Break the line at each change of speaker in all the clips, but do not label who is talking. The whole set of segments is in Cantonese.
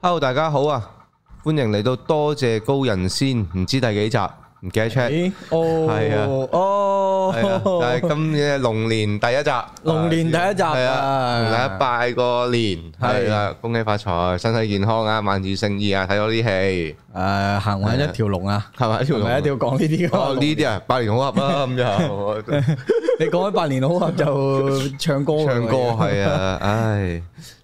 Hello，大家好啊！歡迎嚟到多謝高人先，唔知第幾集，唔記得 check。
咦？哦，
係啊
哦，
係啊，但係今年嘅龍年第一集，
龍年第一集啊
係啊，同大家拜個年，係啦，恭喜發財，身體健康啊，萬事勝意啊！睇咗啲戲，
誒，行運一條龍啊，
係咪一條
係
龍？
咪一定要講呢啲㗎
哦，呢啲啊，百年好合啊，咁
哦
就
你講起百年好合就唱歌㗎
唱歌
喎
係啊， 唉，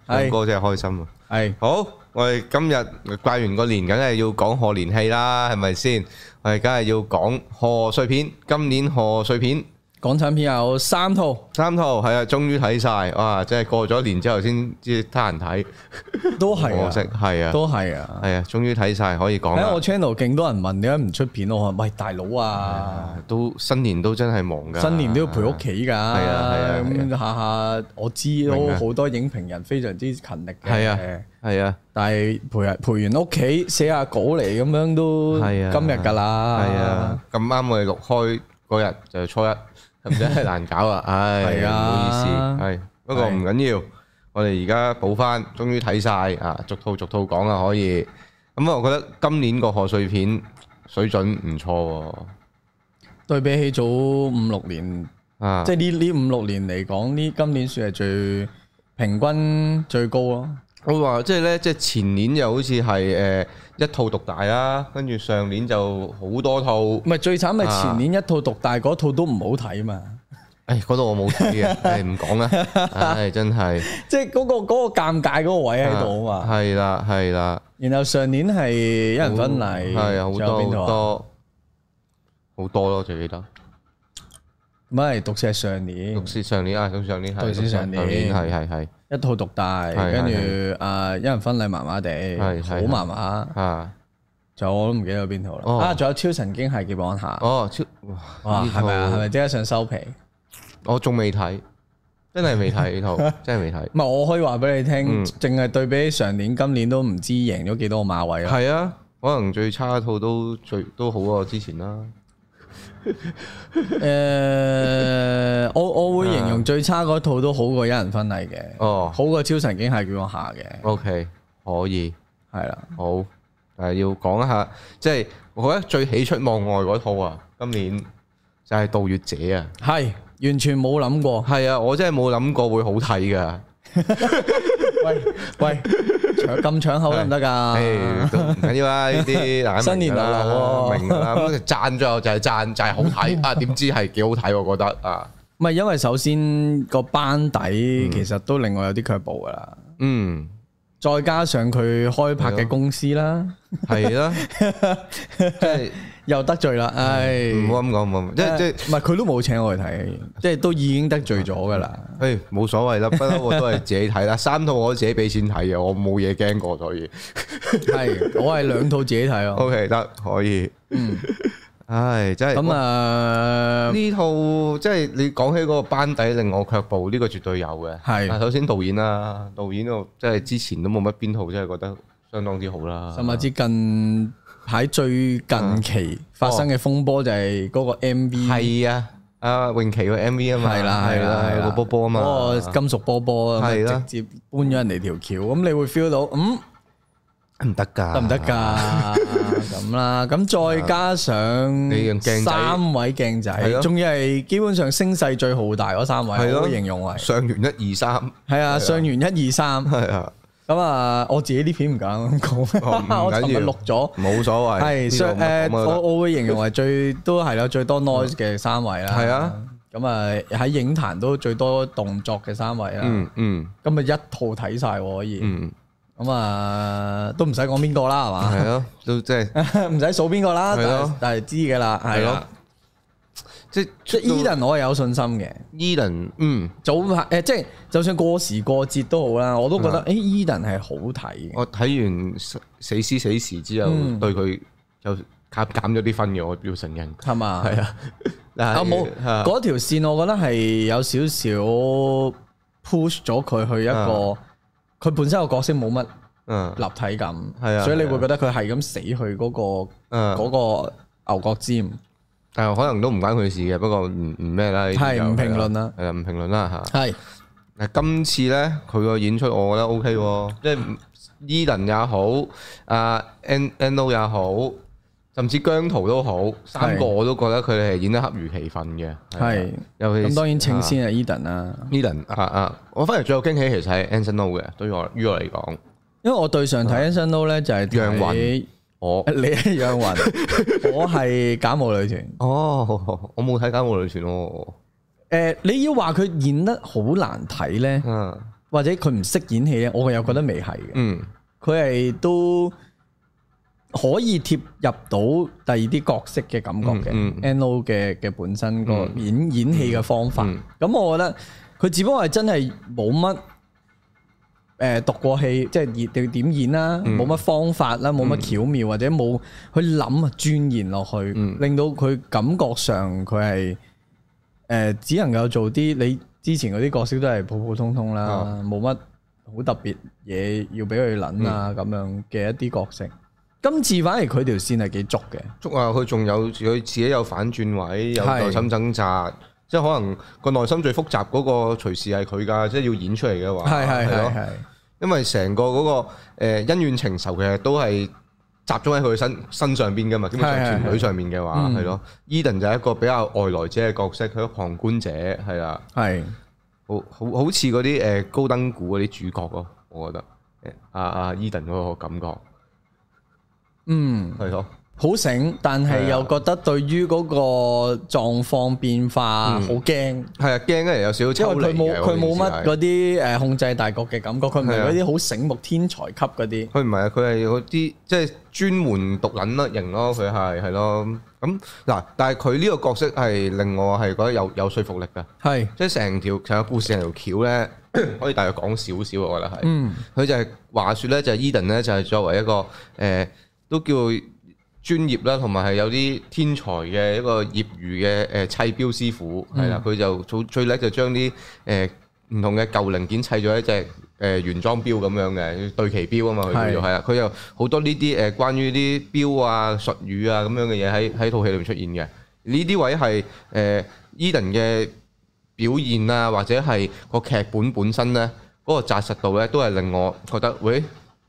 唱
係
歌真係開心啊！
係
好，我哋今日拜完個年，梗係要講賀年戲啦，係咪先？我哋梗係要講賀歲片，今年賀歲片
港產片有三套，
三套係啊，終於睇晒，哇！真係過咗年之後先至得閒睇，
都係
可惜
啊，
係啊，
都係啊。
係啊，終於睇晒可以講
喺我
啦。
à? channel 勁多人問點解唔出片，我話喂大佬啊，
啊都新年都真係忙㗎，
新年都要陪屋企㗎，係
啊係啊
咁下下我知
明
都
啊
好多影評人非常之勤力嘅，
係啊，係啊，
但係陪人陪完屋企寫下稿嚟咁樣都今
係啊
日㗎啦，
係啊，咁啱我哋錄開嗰日就初一，咁真係難搞啊！唉，
係
唔好
啊
意思，係不過唔緊要，我哋而家補翻，終於睇晒啊，逐套逐套講啊，可以。咁啊，我覺得今年個賀歲片水準唔錯喎，
對比起早五六年，
啊，
即係呢呢五六年嚟講，呢今年算係最平均最高咯。
我話即係咧，即係前年就好似係誒一套獨大啦，跟住上年就好多套，
唔係最慘
啊
係前年一套獨大嗰套都唔好睇嘛，
誒嗰度我冇睇嘅，誒唔講啦，唉真係
即係嗰個嗰個尷尬嗰個位
À,
喺度啊嘛。
係啦係啦。
然後上年係一人婚禮，
係啊，好
仲有邊
多好
套啊，
多好多咯，最記得。
唔係毒舌係上年
六先上年啊，咁上年係，
對先上年
係係係
一套獨大，
係係
跟住啊一人婚禮麻麻地，
係
好
係
麻麻，
啊，
仲有我都唔記得有邊套
哦
啦。啊，仲有超神經械劫案下，
哦超
哇，
哇呢
係咪啊？係
套
咪即刻想收皮？
我仲未睇，真係未睇呢套，真係未睇。
唔係，我可以話俾你
嗯
聽，淨係對比起上年、今年都唔知贏咗幾多個馬位 啦。
係啊，可能最差一套都最都好過之前啦。
誒，我我會形容最差嗰套都好過一人婚禮嘅，
啊哦
好過超神經械叫我下嘅，
，OK，可以。
係啦。
好，但係要講一下，即係我覺得最喜出望外嗰套啊，今年就係《盜月者》啊。
係完全冇 諗過。
係啊，我真係冇諗過會好睇㗎。
喂喂，搶咁搶口得唔得㗎？
唉，都唔緊要啊！呢啲 大家
啊新年
明㗎啦
流流喎
明㗎 啦。咁讚最後就係讚，就係好睇啊！點知係幾好睇，我覺得啊，
唔係因為首先個班底其實都令我有啲卻步㗎啦，
嗯，
再加上佢開拍嘅公司啦，
係 啦，即係
又得罪啦，唉。
嗯唔好咁講，唔好咁講即係即係，
唔係佢都冇請 我去睇，即係都已經得罪咗噶啦。
誒冇所謂啦，不嬲我都係自己睇啦。 三套我自己俾錢睇嘅，我冇嘢驚過，所以
係，我係兩套自己睇咯。
OK 得可以。唉，真係
嗯咁啊，
呢套即係你講起嗰個班底令我卻步，呢個絕對有嘅。
係
啊首先導演啦，導演我即係之前都冇乜邊套，真係覺得相當之好啦。
甚至近排最近期發生嘅風波就係嗰個 M V
係啊，阿泳琪個 M V 啊嘛，
係啦
係
係
啦
啦，
係
係
個
啦哦
波波啊嘛，
嗰個金屬波波啊，
係啦
直接搬咗人哋條橋，咁你會 feel 到嗯
唔得㗎，
得唔得？㗎咁啦？咁再加
你用鏡
上
仔
三位鏡
係咯
仔，仲要係基本上聲勢最浩大嗰三
係
位，
咯
我會形容為
上完一二三，
係啊，上完一二三。
係啊，
咁啊，我自己啲片唔敢咁
哦唔緊要
講，我尋日錄咗，
冇所謂。
係上
啊
誒，我
我
我會形容為最都係啦，最多 noise 嘅三位啦。
嗯係啊，
咁啊喺影壇都最多動作嘅三位啦。
嗯嗯
咁啊一套睇晒喎可以，
嗯，
咁啊都唔使講邊個啦，係嘛？
係咯，都即係
唔使數邊個啦，
係
但
咯
係但係知嘅啦，係
係
咯
咯。即係
即係 Eden 我係有信心嘅，
Eden，嗯，
早排誒即係就算過時過節都好啦，我都覺得誒
嗯
Eden 係好睇嘅。
我睇完死死屍死時之後，
嗯
對佢就減減咗啲分嘅，我要承認。
係嘛？係啊，
但係
啊冇
啊
嗰條線，我覺得係有少少 push 咗佢去一個
啊
佢本身個角色冇乜
嗯
立體感，
係啊
所以你
係啊
會覺得佢係咁死去嗰個
嗯，
嗰個牛角尖，
但係可能都唔關佢事嘅，不過唔唔咩啦，呢啲
係
就
唔評論啦
係啊唔評論啦嚇。
係
嗱，今次咧佢個演出我覺得 O K 喎，即係 Eden 也好，啊 N N O 也好，甚至姜濤都好，三個
係
我都覺得佢哋係演得恰如其分嘅。係啊啊
係
尤其
咁當然
清
稱先係 Eden 啦，
Eden 啊啊，我反而最有驚喜其實係 Anson O 嘅，對於我於我嚟講，
因為我對上睇 Anson Lo 咧就係睇
楊啊雲我
你係楊雲， 我係假冒女團。
哦， 我冇睇《家務女團》咯，
誒，你要話佢演得好難睇咧，
嗯
或者佢唔識演戲咧，我又覺得未係嘅。
嗯
佢係都可以貼入到第二啲角色嘅感覺嘅、
嗯
n o 嘅嘅本身個演、演戲嘅方法。咁
嗯、
我覺得佢只不過係真係冇乜誒讀過戲，即係演點演啦，
嗯
冇乜、方法啦，冇乜巧妙或者冇去諗啊鑽研落去，
嗯
令到佢感覺上佢係誒呃只能夠做啲你之前嗰啲角色都係普普通通啦
啊，
冇乜、好特別嘢要俾佢撚
嗯
啊咁樣嘅一啲角色。今次反而佢條線係幾足嘅，
捉啊！佢仲有佢自己有反轉位，有
係
內心掙扎，即係可能個內心最複雜嗰個隨時係佢㗎，即係要演出嚟嘅話，
係
啊
係
係
係
咯，
係
因為成個嗰個呃恩怨情仇其實都係集中喺佢身身上邊㗎嘛，基本上
係係係
團隊上面嘅話
嗯
係咯，Eden 就係一個比較外來者嘅角色，佢一個旁觀者係啦，
係
好好好似嗰啲誒高登古嗰啲主角咯，我覺得誒啊啊 Eden 嗰個感覺
嗯
係咯，
好醒，但
啊
係又覺得對於嗰個狀況變化好驚。
係啊驚咧有少少
因為
嗯抽離
佢冇
嘅
佢冇
我件
乜
事係
嗰啲誒控制大局嘅感覺，佢唔係
係啊
嗰啲好醒目天才級嗰啲。
佢唔係啊，佢係嗰啲即係專門獨撚甩型咯，佢係係咯。咁嗱，但係佢呢個角色係令我係覺得有有說服力㗎，
係，
即係成條成個故事成條橋咧， 可以大約講少少，我覺得係。
嗯，
佢就係話説咧，就係 Eden 咧，就係作為一個誒、呃都叫專業啦，同埋係有啲天才嘅一個業餘嘅誒砌錶師傅，係啦、佢就最最叻就將啲誒唔同嘅舊零件砌咗一隻誒原裝錶咁樣嘅對其錶啊嘛，佢叫做
係
係啊，佢有好多呢啲誒呃關於啲錶啊術語啊咁樣嘅嘢喺喺套戲裏面出現嘅，呢啲位係誒、呃 Eden 嘅。表現啊，或者係個劇本本身呢，嗰、個紮實度呢，都係令我覺得，喂，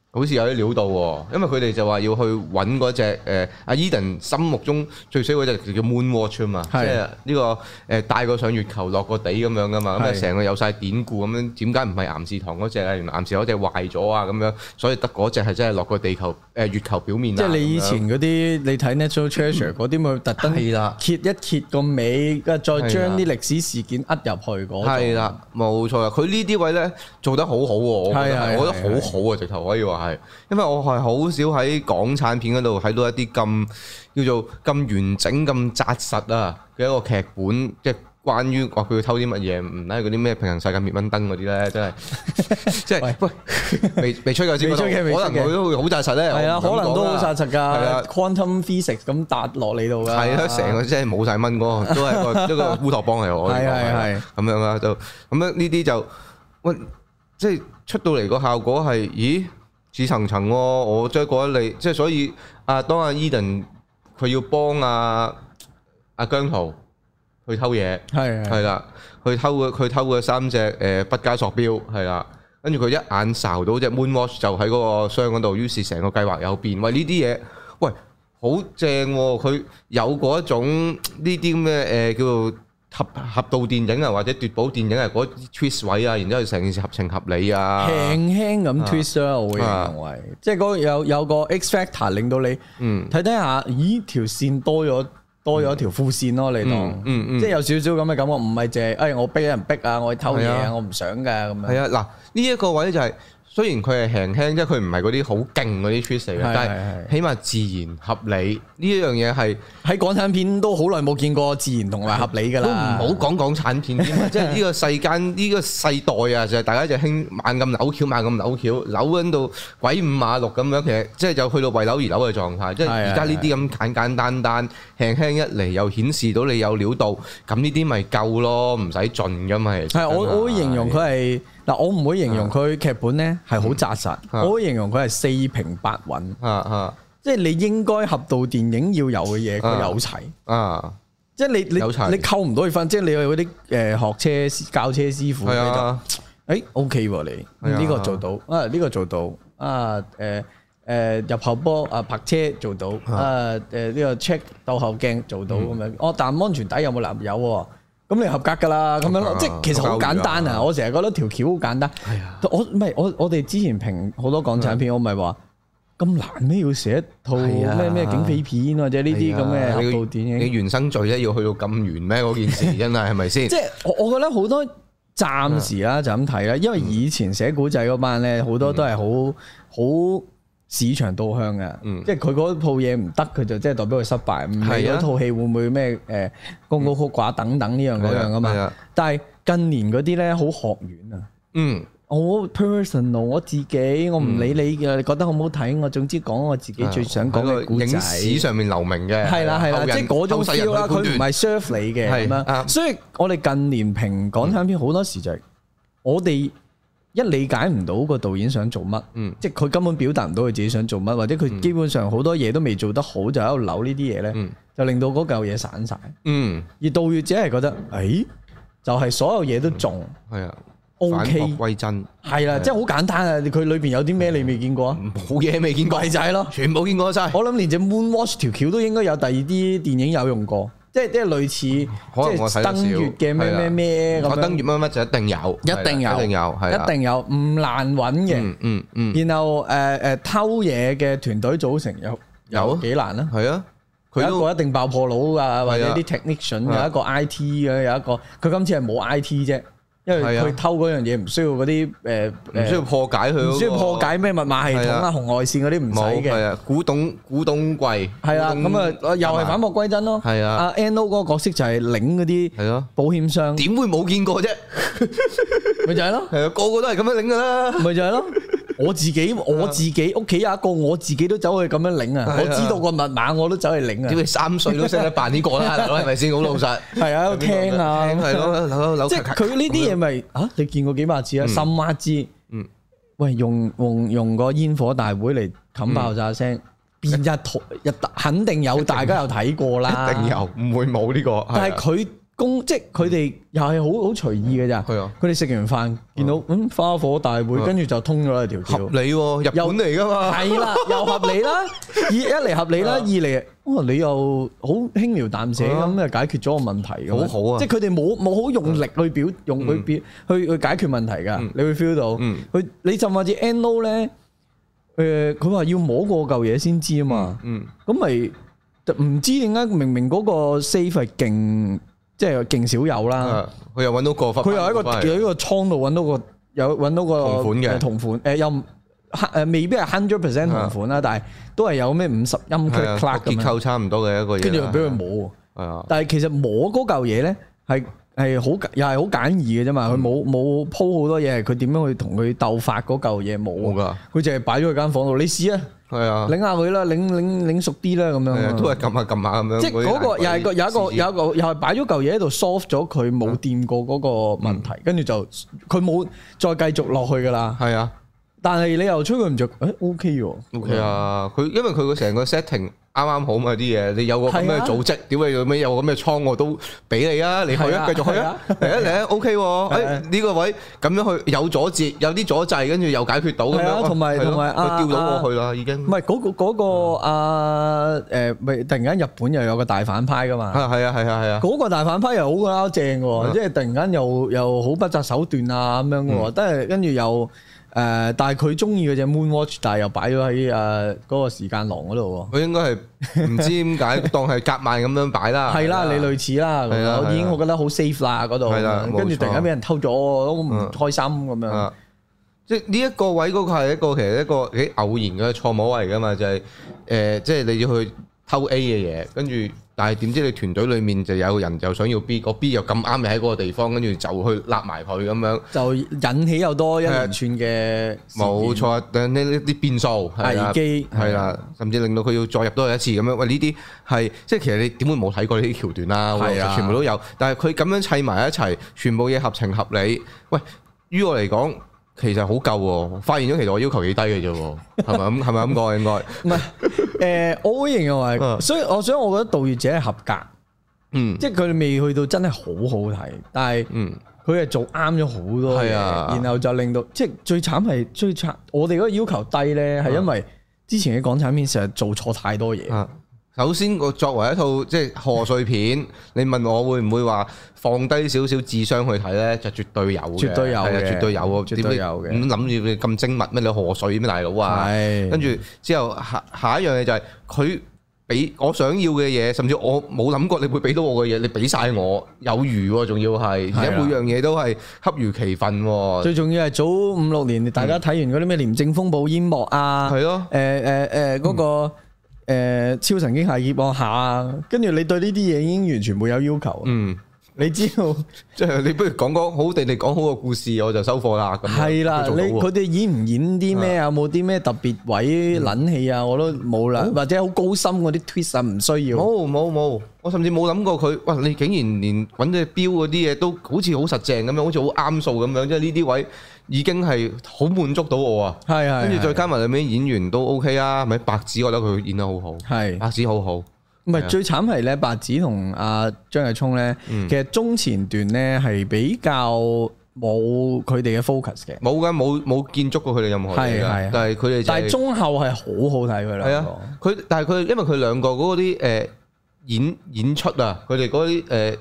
好似有啲料到喎。因為佢哋就話要去揾嗰隻誒阿 Eden 心目中最衰嗰隻叫 Moonwatch 啊嘛，即
係
係呢、個誒、呃帶個上月球落個地咁樣噶嘛，咁啊
係
成個有晒典故咁樣，點解唔係岩士堂嗰隻啊？原來岩士堂嗰隻壞咗啊咁樣，所以得嗰隻係真係落個地球誒、呃月球表面啊
即係你以
咁樣嗯
前嗰啲，你睇 Natural Treasure 嗰啲，咪特登
係啦
揭一揭個尾，再將
係啦
啲歷史事件呃入去嗰度。
係啦，冇錯啦，佢呢啲位咧做得好好喎，我覺得
係係
係，我覺得
係
好好啊，直頭可以話係，因為我係好少喺港產片嗰度睇到一啲咁叫做咁完整、咁紮實啊嘅一個劇本，即係關於話佢要偷啲乜嘢，唔係嗰啲咩平行世界滅蚊燈嗰啲咧，真係 即係喂未未吹夠先，
未吹嘅未吹嘅
可能佢都會好紮實咧，
係啦，啊可
我唔敢
能都
講
好
啦
扎實
係
㗎
啦。
Quantum Physics 咁搭落你度㗎。
係啦，成個真係冇晒 蚊嗰個，都係個一個烏托邦嚟我哋講
係係
係咁樣啦，就咁樣呢啲就喂，即係出到嚟個效果係，咦似層層喎，我真係覺得你即係所以啊，當阿 Eden 佢要幫阿阿姜濤去偷嘢。
係啊係
係啊啦，佢偷嘅佢偷嘅三隻誒畢加索錶係啦，跟住佢一眼睄到只 Moonwatch 就喺嗰個箱嗰度，於是成個計劃有變。喂，呢啲嘢，喂，好正喎！佢有嗰一種呢啲咁嘅誒呃叫做合合道電影啊，或者奪寶電影啊，嗰啲 twist 位啊，然之後成件事合情合理啊，
輕輕咁 twist 啦，我會
啊
認為，即係嗰有有個 X factor 令到你
嗯
睇睇下，咦條線多咗多咗條副線咯，你當
嗯。嗯嗯
即係。有少少咁嘅感覺，唔係淨係，哎，我逼人逼啊，我去偷嘢
係
啊，
啊
我唔想㗎咁樣。
係啊，嗱呢一個位就係、雖然佢係輕輕，即係佢唔係嗰啲好勁嗰啲 twist 嚟
係
嘅，但係起碼自然合理呢一樣嘢係
喺港產片都好耐冇見過自然同埋合理㗎
都唔
啦。
好講港產片添 啊！即係呢個世間呢個世代啊，就係大家就興猛咁扭橋，猛咁扭橋，扭緊到鬼五馬六咁樣。其實即係就去到為扭而扭嘅狀態。即
啊
係而家呢啲咁簡簡單單、輕輕一嚟，又顯示到你有料到，咁呢啲咪夠咯，唔使盡噶嘛。其實
係我我會形容佢係嗱，我唔會形容
啊
佢劇本咧係好扎實，我會形容佢係四平八穩，
啊啊
即係你應該合到電影要有嘅嘢，佢
啊
有齊。
啊，
即係你
有齊
你你扣唔到佢分，即係你有嗰啲誒學車教車師傅
係
咧就
啊，
誒 OK 喎你
係啊
呢個做到啊呢個做到啊誒誒入後波啊泊車做到啊誒呢個 check 倒後鏡做
嗯
到咁樣，哦但安全帶有冇男友喎？咁你合格㗎啦，咁樣
合格
咯
啊，
即係其實好簡單
都夠㗎
啊！我成日覺得條橋好簡單。
係啊，
我唔係我我哋之前評好多港產片，我咪話咁難咩要寫一套
嗯係啊
咩咩警匪片或者呢啲咁嘅
係啊
合
你
道電影
你。原生罪咧要去到咁遠咩？嗰件 事真係係咪先？
即係我我覺得好多暫時啦就咁睇啦，因為
嗯
以前寫古仔嗰班咧好多都係好好市場導向嘅，
嗯
即係佢嗰套嘢唔得，佢就即係代表佢失敗，唔理
係啊嗯
嗰套戲會唔會咩誒高高曲寡等等呢樣嗰樣啊
係
嘛
啊。
但係近年嗰啲咧好學院啊。
嗯，
我 personal 我自己，我唔理你嘅，你覺得好唔好睇，我總之講我自
Ờ,
己最想講嘅
喺
古
個
仔。
啊影史上面留名嘅，
係啦係啦，
啊後
即
人
係嗰種
後世人
feel
去
啦，佢
判斷
唔係 serve 你嘅
係
咁樣，
啱
所以我哋近年評港產片好多時就係我哋一理解唔到個導演想做乜，
嗯
即係佢根本表達唔到佢自己想做乜，或者佢基本上好多嘢都未做得好，就喺度扭呢啲嘢咧
嗯，
就令到嗰嚿嘢散晒。
嗯
而導演者係覺得，誒，就係所有嘢都中
係啊，
O
返璞
K，
歸真，
係啦，即係好簡單啊！佢裏邊有啲咩你未見過啊？
冇嘢未見過，
咪就係咯。
全部見過晒。
我諗連只 Moonwatch 條橋都應該有第二啲電影有用過，即係即係類似
可能我
即
睇
係
得少
登月嘅咩
係啦
咩咩咁
我登
樣，
月乜乜就一定有，
一定有，
一定有，係啦
一定有，唔難揾嘅。
嗯嗯嗯，
然後誒誒偷嘢嘅團隊組成有
有啊
有幾難啊？
係啊，
有
佢
一
都
個一定爆破佬啊，或者啲 technician
係啊
有一個 IT 嘅，有一個佢今次係冇 IT 啫，因為
係啊
佢偷嗰樣嘢唔需要嗰啲誒
唔需要
誒，
破解佢嗰個，
唔需要破解咩密碼系統
係啊
啊、紅外線嗰啲唔
冇
使嘅
係。啊，古董古董櫃
係啦，
古董
咁啊又係反璞歸真咯。
係啊
阿 Ano 嗰個角色就係領嗰
係
啲
咯，
保險箱，
點會冇見過啫？
咪就係咯，
係啊，個個都係咁樣領噶啦。
咪就係咯。我自己我自己屋企有一個，我自己都走去咁樣領
係
啊
啊！
我知道個密碼，我都走去領
屌
啊！
你三歲都識得扮呢個啦，大佬係咪先？好老實。
係啊，喺度聽啊，
聽係咯，扭扭
即係佢呢啲嘢咪啊？你見過幾百次啊？深挖知，
嗯，
喂，用用用個煙火大會嚟冚爆炸聲，邊一套一肯定有，大家有睇過啦，
一定有，唔會冇呢個。係啊嗯
啊但係佢公即係佢哋又係好好隨意嘅咋。
係啊
佢哋食完飯見到嗯花火大會，跟住就通咗啦條
合
橋。
理喎，日本嚟噶嘛？
係啦，又合理啦，二一嚟合理啦，
啊
二嚟哦你又好輕描淡寫
啊
咁就解決咗個問題咁樣。
好好啊
即係佢哋冇冇好用力去表用去表去去解決問題㗎，你會 feel 到。
嗯
佢你就話至 N O 咧，誒佢話要摸過嚿嘢先知啊嘛。
嗯，
咁咪就唔知點解明明嗰個 safe 係勁，即係勁少有啦。
啊佢又揾到個忽，
佢又喺一個有一個倉度揾到個有揾到個
同款嘅
誒同款，誒又唔誒未必係 hundred percent 同款啦，但係都係有咩五十音 click
啊係
c l
啊個
a c 咁
結
樣，
構差唔多嘅一個嘢啦。啊
跟住又俾佢摸喎。
係啊，
但係其實摸嗰嚿嘢咧係係好又係好簡易嘅啫
嗯
嘛，佢冇冇鋪好多嘢，佢點樣去同佢鬥法嗰嚿嘢
冇
冇啊，
㗎，
佢淨係擺咗佢間房度，你試啊，
係啊，
擰下佢啦，擰擰擰熟啲啦咁樣
係
啊
啊，。都係撳下撳下咁樣。
即係嗰個
啲
又係個有一個
試試
有一個又係擺咗嚿嘢喺度 solve 咗佢冇掂過嗰個
嗯
問題，跟住就佢冇再繼續落去噶啦。
係啊
但係你又吹佢唔着，誒 OK 喎
，OK 啊，佢因為佢個成個 setting 啱啱好嘛啲嘢，你有個咁
係
嘅
啊
組織，屌你有咩有個咁嘅倉我都俾你啊，你去
係
啊，
啊
繼續去啊，嚟啊嚟啊，OK 喎，
係啊
誒呢個位咁樣去有阻截，有啲阻滯，跟住又解決到咁
係啊
樣，
同埋
係咯
同埋啊
佢丟到
啊
我去啦，已經
唔。係嗰個嗰個啊誒，咪突然間日本又有個大反派噶嘛？
啊，係啊，係啊，係啊，
嗰個大反派又好啦，正
嗯
喎，即係突然間又又好不擇手段啊咁樣嘅
嗯
喎，但係跟住又誒，但係佢中意嗰只 Moonwatch，但係又擺咗喺誒嗰個時間廊嗰度喎。
佢應該係唔知點解 當係夾萬咁樣擺啊啦。
係啦，你類似啦，
係啦係
我已
啦
經我覺得好 safe 啦嗰度
係啦，冇
跟住
錯
突然間俾人偷咗，我唔
嗯
開心咁樣
啊。，即係呢一個位嗰個係一個其實一個幾偶然嘅錯摸嚟噶嘛，就係、誒，即係你要去偷 A 嘅嘢，跟住但係點知你團隊裡面就有人就想要 B，個 B 又咁啱你喺嗰個地方，跟住就去揦埋佢咁樣。
就引起又多一連串嘅
啊冇
事件，
錯，但呢呢啲變數係啊啦
危機
係啦，甚至令到佢要再入多一次咁樣。喂，呢啲係即係其實你點會冇睇過呢啲橋段啦？
係啊
全部都有。但係佢咁樣砌埋一齊，全部嘢合情合理。喂，於我嚟講，其實好夠喎。發現咗其實我要求幾低嘅啫 喎，係咪咁？係咪咁講應該？
唔係 誒，我會形容
嗯
為，所以我想我覺得《盜月者》係合格，
嗯
即係佢哋未去到真係好好睇，但係
嗯
佢係做啱咗好多嘢，
係啊
然後就令到即係最慘係最慘，我哋嗰個要求低咧，
嗯
係因為之前嘅港產片成日做錯太多嘢，
啊首先，我作為一套即係賀歲片，你問我會唔會話放低少少智商去睇呢？就絕對有嘅，
絕對有
係啊
嘅
絕對有喎。
絕對有嘅
點你咁諗住你咁精密咩？你賀歲咩大佬啊？
係
跟住之後下下一樣嘢就係佢俾我想要嘅嘢，甚至我冇諗過你會俾到我嘅嘢，你俾晒我有餘喎，仲要係而
係
家
啊
每樣嘢都係恰如其分喎，
最重要係早五六年大家睇完嗰啲咩廉政風暴煙幕啊，
係咯，
誒誒誒嗰個誒超神經下劫案下啊，跟住你對呢啲嘢已經完全冇有要求，
嗯，
你知道。
即係你不如講講好地你講好個故事，我就收貨啦咁樣。
系啦，
啊佢做
你
到喎
佢哋演唔演啲咩啊？有冇啲咩特別
嗯
位撚戲啊？我都冇啦，或者好高深嗰啲 twist 啊，唔需要。
冇冇冇，我甚至冇諗過佢，哇！你竟然連揾只錶嗰啲嘢都好似好實正咁樣，好似好啱數咁樣，即係呢啲位已經係好滿足到我啊！
係係，
跟住再
加
加埋裏面演員都 OK 啊，咪白子我覺得佢演得好好，
係
白子好好，
唔
啊係
係
啊
最慘係咧？白子同阿張繼聰咧，
嗯
其實中前段咧係比較冇佢哋嘅 focus 嘅，
冇噶冇冇建築過佢哋任何嘢
係係
㗎，但係佢哋就
但
係
係中後係好好睇佢
係
兩
啊
個。，
佢但係佢因為佢兩個嗰啲誒演演出啊，佢哋嗰啲誒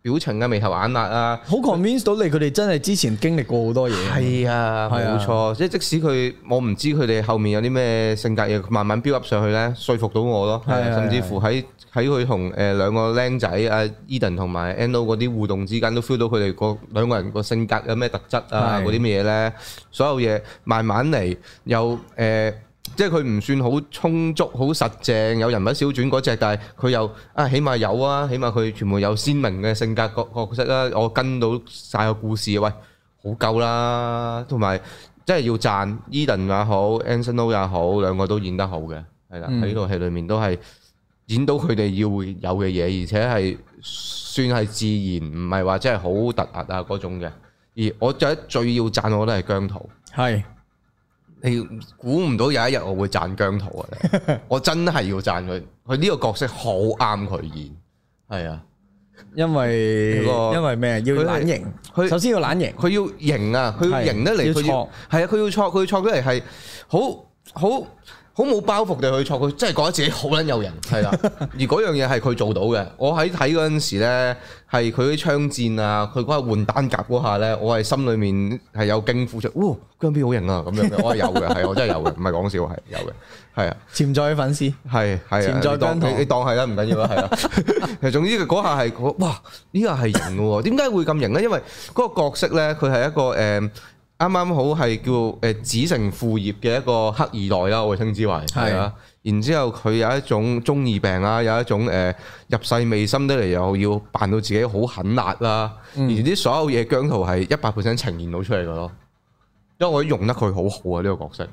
表情啊、眉頭眼額啊。
好 convince 到你，佢哋真係之前經歷過好多嘢。
係啊，
係啊
冇錯，即係即使佢，我唔知佢哋後面有啲咩性格嘢，慢慢 build up 上去咧，說服到我咯。
係
係啊
係
甚至乎喺喺佢同誒兩個僆仔啊 Eden 同埋 Ano 嗰啲互動之間，都 feel 到佢哋個兩個人個性格有咩特質啊，
係
嗰啲咩嘢咧，所有嘢慢慢嚟，又誒。呃即係佢唔算好充足、好實正，有人物小傳嗰只，但係佢又啊，起碼有啊，起碼佢全部有鮮明嘅性格角角色啦，我跟到晒個故事，喂，好夠啦，同埋真係要讚 Eden 也好，Anson Lo 也好，兩個都演得好嘅，係啦，
嗯
喺呢套戲裏面都係演到佢哋要會有嘅嘢，而且係算係自然，唔係話真係好突兀啊嗰種嘅。而我最最要讚我都係姜濤。
係
你估唔到有一日我會讚姜濤啊！你我真係要讚佢，佢呢個角色好啱佢演，係啊，
因為
嗰個
因為咩？要
佢係
懶型，
佢
首先要懶型。
佢要型啊，佢要
係
型得嚟，
要
佢要
挫
係啊，佢要挫，佢要挫得嚟係好好好冇包袱地去挫，佢真係覺得自己好撚有型，係 啦。而嗰樣嘢係佢做到嘅。我喺睇嗰陣時咧，係佢啲槍戰啊，佢嗰下換單甲嗰下咧，我係心裏面係有驚呼出，哇！姜邊好型啊，咁樣嘅，我係有嘅，係我真係有嘅，唔係講笑，係有嘅，係啊。
潛在嘅粉絲
係係啊，
潛在
你當
姜糖
你你當係啦，唔緊要啦， 係啦。其實總之佢嗰下係嗰哇，呢下係型嘅喎，點解會咁型咧？因為嗰個角色咧，佢係一個誒啱啱好係叫誒子承父業嘅一個黑二代啦，我會稱之為係啊。然之後佢有一種中二病啦，有一種誒、入世未深得嚟，又要扮到自己好狠辣啦。而啲所有嘢姜濤係一百 percent 呈現到出嚟嘅咯，因為我用得佢好好啊呢個角色。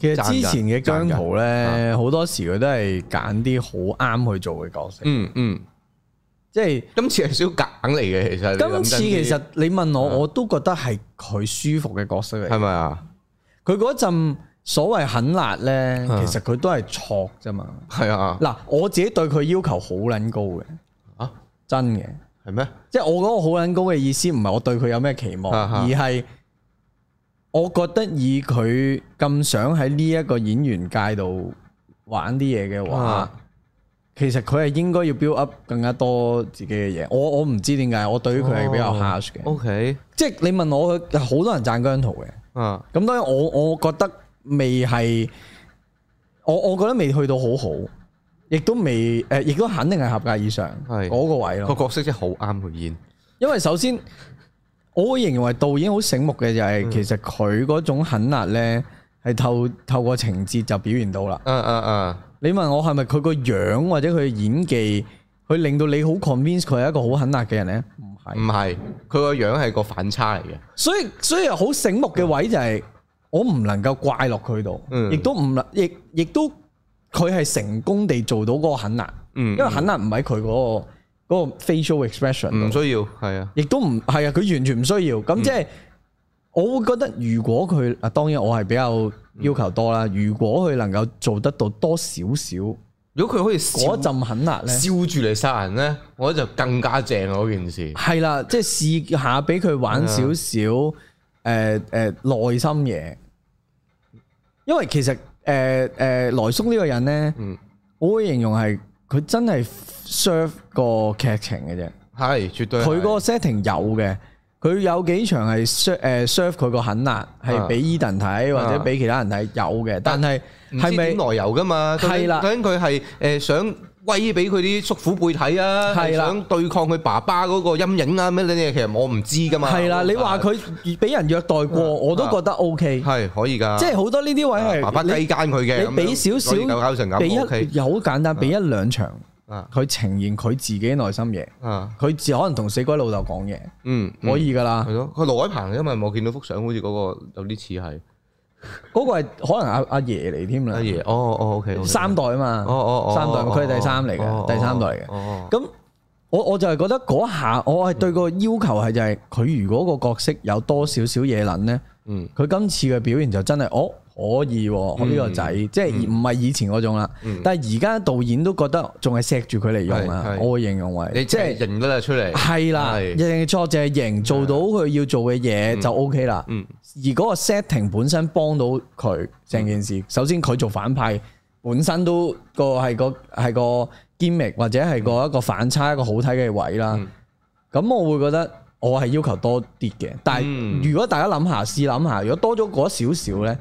其實
讚㗎
之前嘅姜
讚啊
圖咧，好多時佢都係揀啲好啱去做嘅角色，
嗯嗯，
即係
今次係少夾硬嚟嘅，其實你諗
今次
真啲啊
其實你問我，我都覺得係佢舒服嘅角色嚟
係。咪啊？
佢嗰陣所謂狠辣咧，
啊
其實佢都係錯啫嘛。
係啊，
嗱，我自己對佢要求好撚高嘅，
啊
真嘅，
係咩？
即係我嗰個好撚高嘅意思，唔係我對佢有咩期望，
啊啊
而係我覺得以佢咁想喺呢一個演員界度玩啲嘢嘅話
啊。
其實佢係應該要 build up 更加多自己嘅嘢，我我唔知點解，我對於佢係比較 harsh 嘅。
O K，
即係你問我，佢好多人讚姜圖嘅。
啊，
咁當然我我覺得未係，我我覺得未去到好好，亦都未誒、呃亦都肯定係合格以上
係
嗰個位
個
咯。
角色真係好啱佢演，
因為首先，我會認為導演好醒目嘅就係、
嗯
其實佢嗰種狠辣咧。係透透過情節就表現到啦。
啊啊啊，
你問我係咪佢個樣或者佢嘅演技，佢令到你好 convince 佢係一個好狠辣嘅人呢？唔係。
唔係佢個樣係個反差嚟嘅，
所以所以好醒目嘅位就係我唔能夠怪落佢度，
嗯
亦都唔能亦亦都佢係成功地做到嗰個肯納，
嗯
因為肯納唔喺佢嗰個嗰個 facial expression
唔
度，
需要係啊，
亦都唔係啊，佢完全唔需要。咁即係我會覺得，如果佢啊，當然我係比較要求多啦。如果佢能夠做得到多少少
如果佢可以笑
嗰陣狠辣咧，
笑住嚟殺人咧，我覺得就更加正啊！嗰件事
係啦，即係啊試下俾佢玩少少誒誒內心嘢，因為其實誒誒萊叔呢個人咧，
嗯
我會形容係佢真係 serve 個劇情嘅啫。
係絕對係。
佢嗰個 setting 有嘅，佢有幾場係 serve 誒 serve 佢個狠辣，
啊
係俾 Eden 睇或者俾其他人睇有嘅，但係
唔
係
知點
咪
來由噶嘛？究竟
係啦
究竟佢係誒想威俾佢啲叔父輩睇啊，
係啦
想對抗佢爸爸嗰個陰影啊咩呢啲嘢，其啊實我唔知啊噶嘛。
係啦？你話佢俾人虐待過，我都覺得 OK，
係可以㗎，
即係好多呢啲位係
啊爸爸
哎你
雞奸佢嘅，
你俾
咁樣
少少
所以搞搞成咁
俾
，OK
一又好簡單，俾一兩場
啊
佢呈現佢自己內心嘢，
啊
佢自可能同死鬼老豆講嘢，
嗯嗯
可以噶啦
係。咯，佢羅海鵬，因為我見到幅相好似嗰個有啲似係
嗰個係可能阿阿爺嚟添
阿
啦，
爺，哦哦 OK，
三代啊嘛，
哦哦哦，
三代佢係第三嚟
哦哦
嘅，第三代嚟嘅。
哦哦
咁我我就係覺得嗰下，我係對個要求係就係、佢如果個角色有多少少嘢撚呢，
嗯
佢今次嘅表現就真係哦可以喎、我呢個仔，即
嗯
係唔係以前嗰種啦。但係而家導演都覺得仲係錫住佢嚟用啊
係，係
我會形容為
你即
即係
係認得出嚟，
係啦，
係
認錯就係認，做到佢要做嘅嘢就 OK 啦。
嗯
而嗰個 setting 本身幫到佢成件
嗯
事，首先佢做反派本身都個係個係個 gimmick 或者係個一個反差一個好睇嘅位
嗯
啦。咁、我會覺得我係要求多啲嘅，但
嗯
係如果大家諗下試諗下，如果多咗嗰少少呢，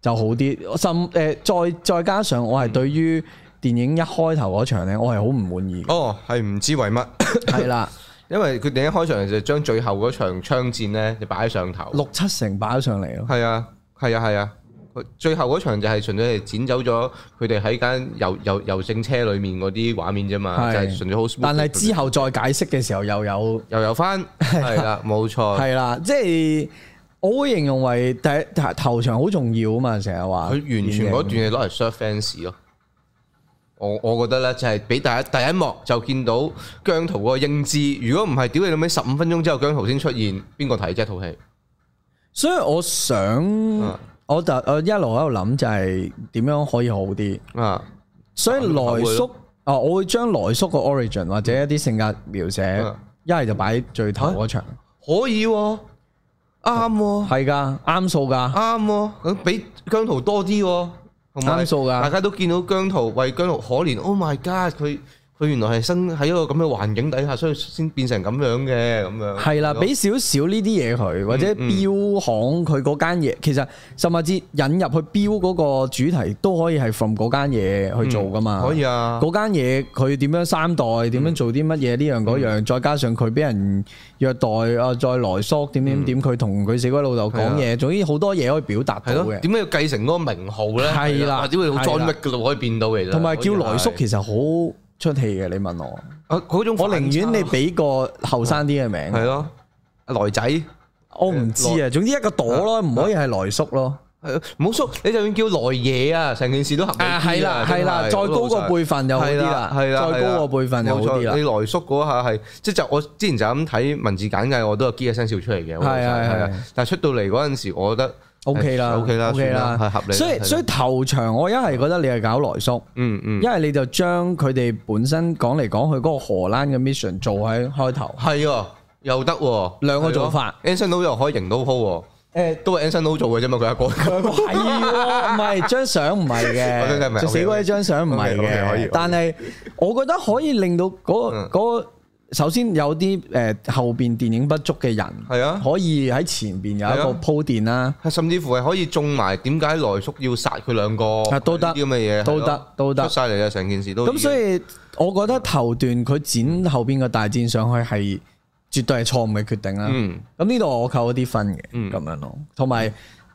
就好啲。甚誒、再再加上
嗯
我係對於電影一開頭嗰場呢，我係好唔 滿意嘅，
哦係唔知為乜。
係啦。
因為佢哋一開場就將最後嗰場槍戰咧就擺喺上頭。
六七成擺咗上嚟咯。
係啊，係啊，係啊。佢最後嗰場就係純粹係剪走咗佢哋喺間遊遊遊勝車裡面嗰啲畫面啫嘛，
係
就係純粹好 smooth
但係之後再解釋嘅時候又有
又有翻係啦，冇錯。
係啦，即係我會形容為第一頭頭場好重要啊嘛，成日話
佢完全嗰段係攞嚟 serve fans 咯。我我覺得咧就係俾第一第一幕就見到姜圖嗰個英姿，如果唔係屌你老尾十五分鐘之後姜圖先出現，邊個睇啫套戲？
所以我想
啊
我就我一路喺度諗就係點樣可以好啲，
啊，
所以
咁
萊
就
叔啊，我會將萊叔個 origin 或者一啲性格描寫
啊，
一係就擺最頭嗰場，
可以喎、啱喎、
係㗎，啱數㗎，
啱喎，咁比姜圖多啲喎，同埋
啱數㗎
大家都見到姜圖為姜圖可憐，Oh my god！佢佢原來係生喺一個咁嘅環境底下，所以先變成咁樣嘅咁樣。嗯
係啦，
咯
俾少少呢啲嘢佢，或者
嗯嗯
標行佢嗰間嘢，其實甚至引入去標嗰個主題都可以係 from 嗰間嘢去做噶嘛。
可以啊，
嗰間嘢佢點樣三代，點樣做啲乜嘢呢樣嗰
嗯
樣，再加上佢俾人虐待啊，再來縮點點
嗯
點，佢同佢死鬼老豆講嘢，總之好多嘢可以表達
啊係
到
咯，
嘅。
點解要繼承嗰個名號咧？
係啦
或者會好
係
John
啦
Wick 嘅咯，可以變到其實。
同埋叫萊叔
可以係
其實好出戲嘅，你問我，
啊嗰種
我
反
寧願你
差
俾個後生啲嘅名，
係啊咯，萊仔。
我唔知啊。總之一個朵咯，唔可以係萊叔咯。
係啊唔好叔，你就算叫來嘢啊，成件事都合理啲
啊，係啦，
真
係啦，
係
再高個輩分就好啲啦，
係啦，
再高個輩分就好啲
冇錯
啦
你，來叔嗰下係，即係就我之前就咁睇文字簡介，我都有啲一聲笑出嚟嘅。我
係係
老實
係
啊，但係出到嚟嗰陣時，我覺得
OK 啦
，OK 啦
，OK
算啦係合理啦
所
係
以
啦
所以頭場我一係覺得你係搞來叔，
嗯嗯
一，係你就將佢哋本身講嚟講去嗰個荷蘭嘅 mission 做喺開頭，
係喎，又得喎，
兩個做法
係喎，Anson Lo 又可以型到鋪喎，
誒。
都係 Anson Lo 做嘅啫嘛，佢一個。
係喎，唔係張相唔
我
係
張相唔係
嘅，就死鬼
OK，OK
張相唔係
OK，OK，可以
嘅。但係我覺得可以令到嗰
嗯
嗰首先有啲誒後邊電影不足嘅人，
係啊
可以喺前邊有
係
一個
啊
鋪墊啦。
甚至乎係可以中埋點解來叔要殺佢兩個
啊都得
呢啲咁嘅嘢，
都
係
得
咯
都得
出晒嚟啦，成件事都已經。
咁所以我覺得頭段佢剪後邊個大戰上去係絕對係錯誤嘅決定啦。
嗯
咁呢度我扣咗啲分嘅，咁、
嗯
樣咯。同埋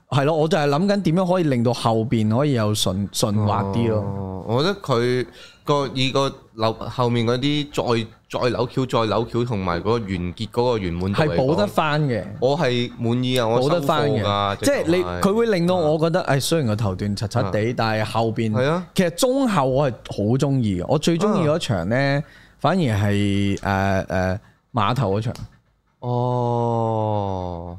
係咯，我就係諗緊點樣可以令到後邊可以有順順滑啲咯。
哦，我覺得佢個以個樓後面嗰啲再再扭橋再扭橋同埋嗰個完結嗰個圓滿度
係
嚟
補
講
得，翻嘅，
我係滿意啊！我
補得翻
㗎
嘅，，即係
直頭啊
你佢會令到我覺得，誒雖然個頭段柒柒地，但係後邊
係啊
其實中後我係好中意嘅，我最中意嗰場咧，反而呃係誒誒碼頭嗰場。
哦，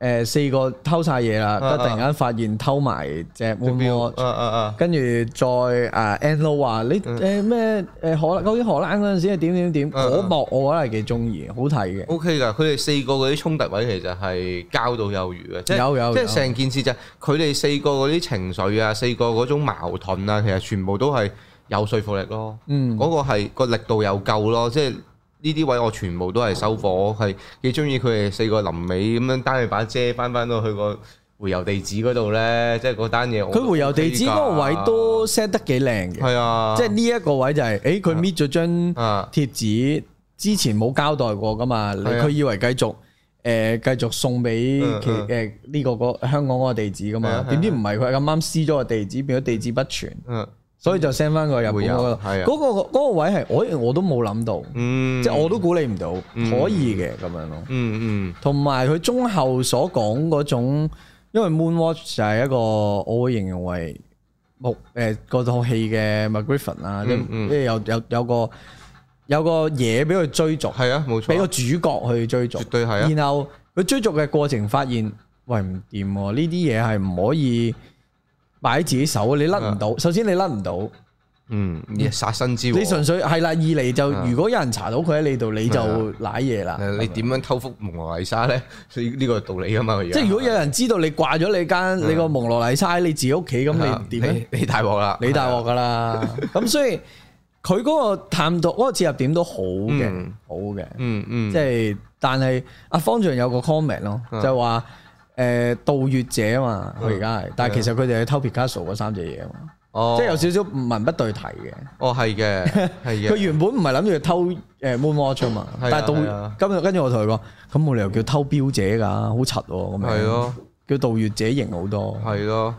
誒呃四個偷晒嘢啦，
啊
跟住突然間發現偷埋隻 m o n w
啊啊啊！
跟住再啊 a n l o 話你
嗯
誒咩誒荷蘭究竟荷蘭嗰陣時係點點點，
啊啊
嗰幕我覺得係幾中意，好睇嘅。
O K 㗎，佢哋四個嗰啲衝突位其實係交到有餘嘅，即
有有
係即
有
係成件事就係佢哋四個嗰啲情緒啊，四個嗰種矛盾啊，其實全部都係有說服力咯。
嗯
嗰個係個力度又夠咯，即係呢啲位我全部都係收貨，我係幾中意佢哋四個臨尾咁樣單佢把遮翻翻到去個回郵地址嗰度咧，即係嗰單嘢我
佢回郵地址嗰個位都 set 得幾靚嘅，
啊係啊，
即係呢一個位就係，誒佢搣咗張
啊
貼紙，之前冇交代過噶嘛，你
係啊
佢以為繼續誒繼續送俾
嗯
其
嗯
誒呢個個香港嗰個地址噶
係
嘛
啊，係啊
點知唔係佢咁啱撕咗個地址，變咗地址不全，
嗯
所以就 send 翻個日本嗰
會
個
有係啊
嗰個嗰個位係我我都冇諗到，
嗯，
即係我都估你唔到，
嗯
可以嘅咁樣咯。
嗯嗯
同埋佢中後所講嗰種，因為 Moonwatch 就係一個我會形容為木誒嗰套戲嘅 McGriffin 啦，即
嗯嗯
係有有有個有個嘢俾佢追逐，
係啊，冇錯，
俾個主角去追逐，
絕對係啊
然後佢追逐嘅過程發現，喂唔掂喎，呢啲嘢係唔可以擺喺自己手，你甩唔到。首先你甩唔到，
嗯，殺身之
你
禍。
純粹係啦。二嚟就
啊
如果有人查到佢喺你度，你就
係
舐嘢啦。
誒你點樣偷福蒙娜麗莎咧？所以呢 個道理啊嘛，即
即係如果有人知道你掛咗你間你個蒙羅麗莎喺你自己屋企，咁你點咧？
啊
啊
你你大鑊啊啦！
你大鑊噶啦！咁所以佢嗰個探度嗰個切入點都好嘅
嗯，
好嘅。
嗯嗯，
即係但係阿方丈有個 comment 咯，
嗯
就話誒盜月者啊嘛，佢而家係，但係其實佢哋係偷 Picasso 嗰三隻嘢啊嘛，
哦，
即係有少少文不對題嘅。
哦係嘅， 係
佢
嘅，
原本唔係諗住偷誒 Moonwatch 啊嘛，
係啊
但係
係啊
盜今日跟住我同佢講，咁冇理由叫偷標者㗎，好柒喎咁樣。
係咯。
叫盜月者型好多。
係咯，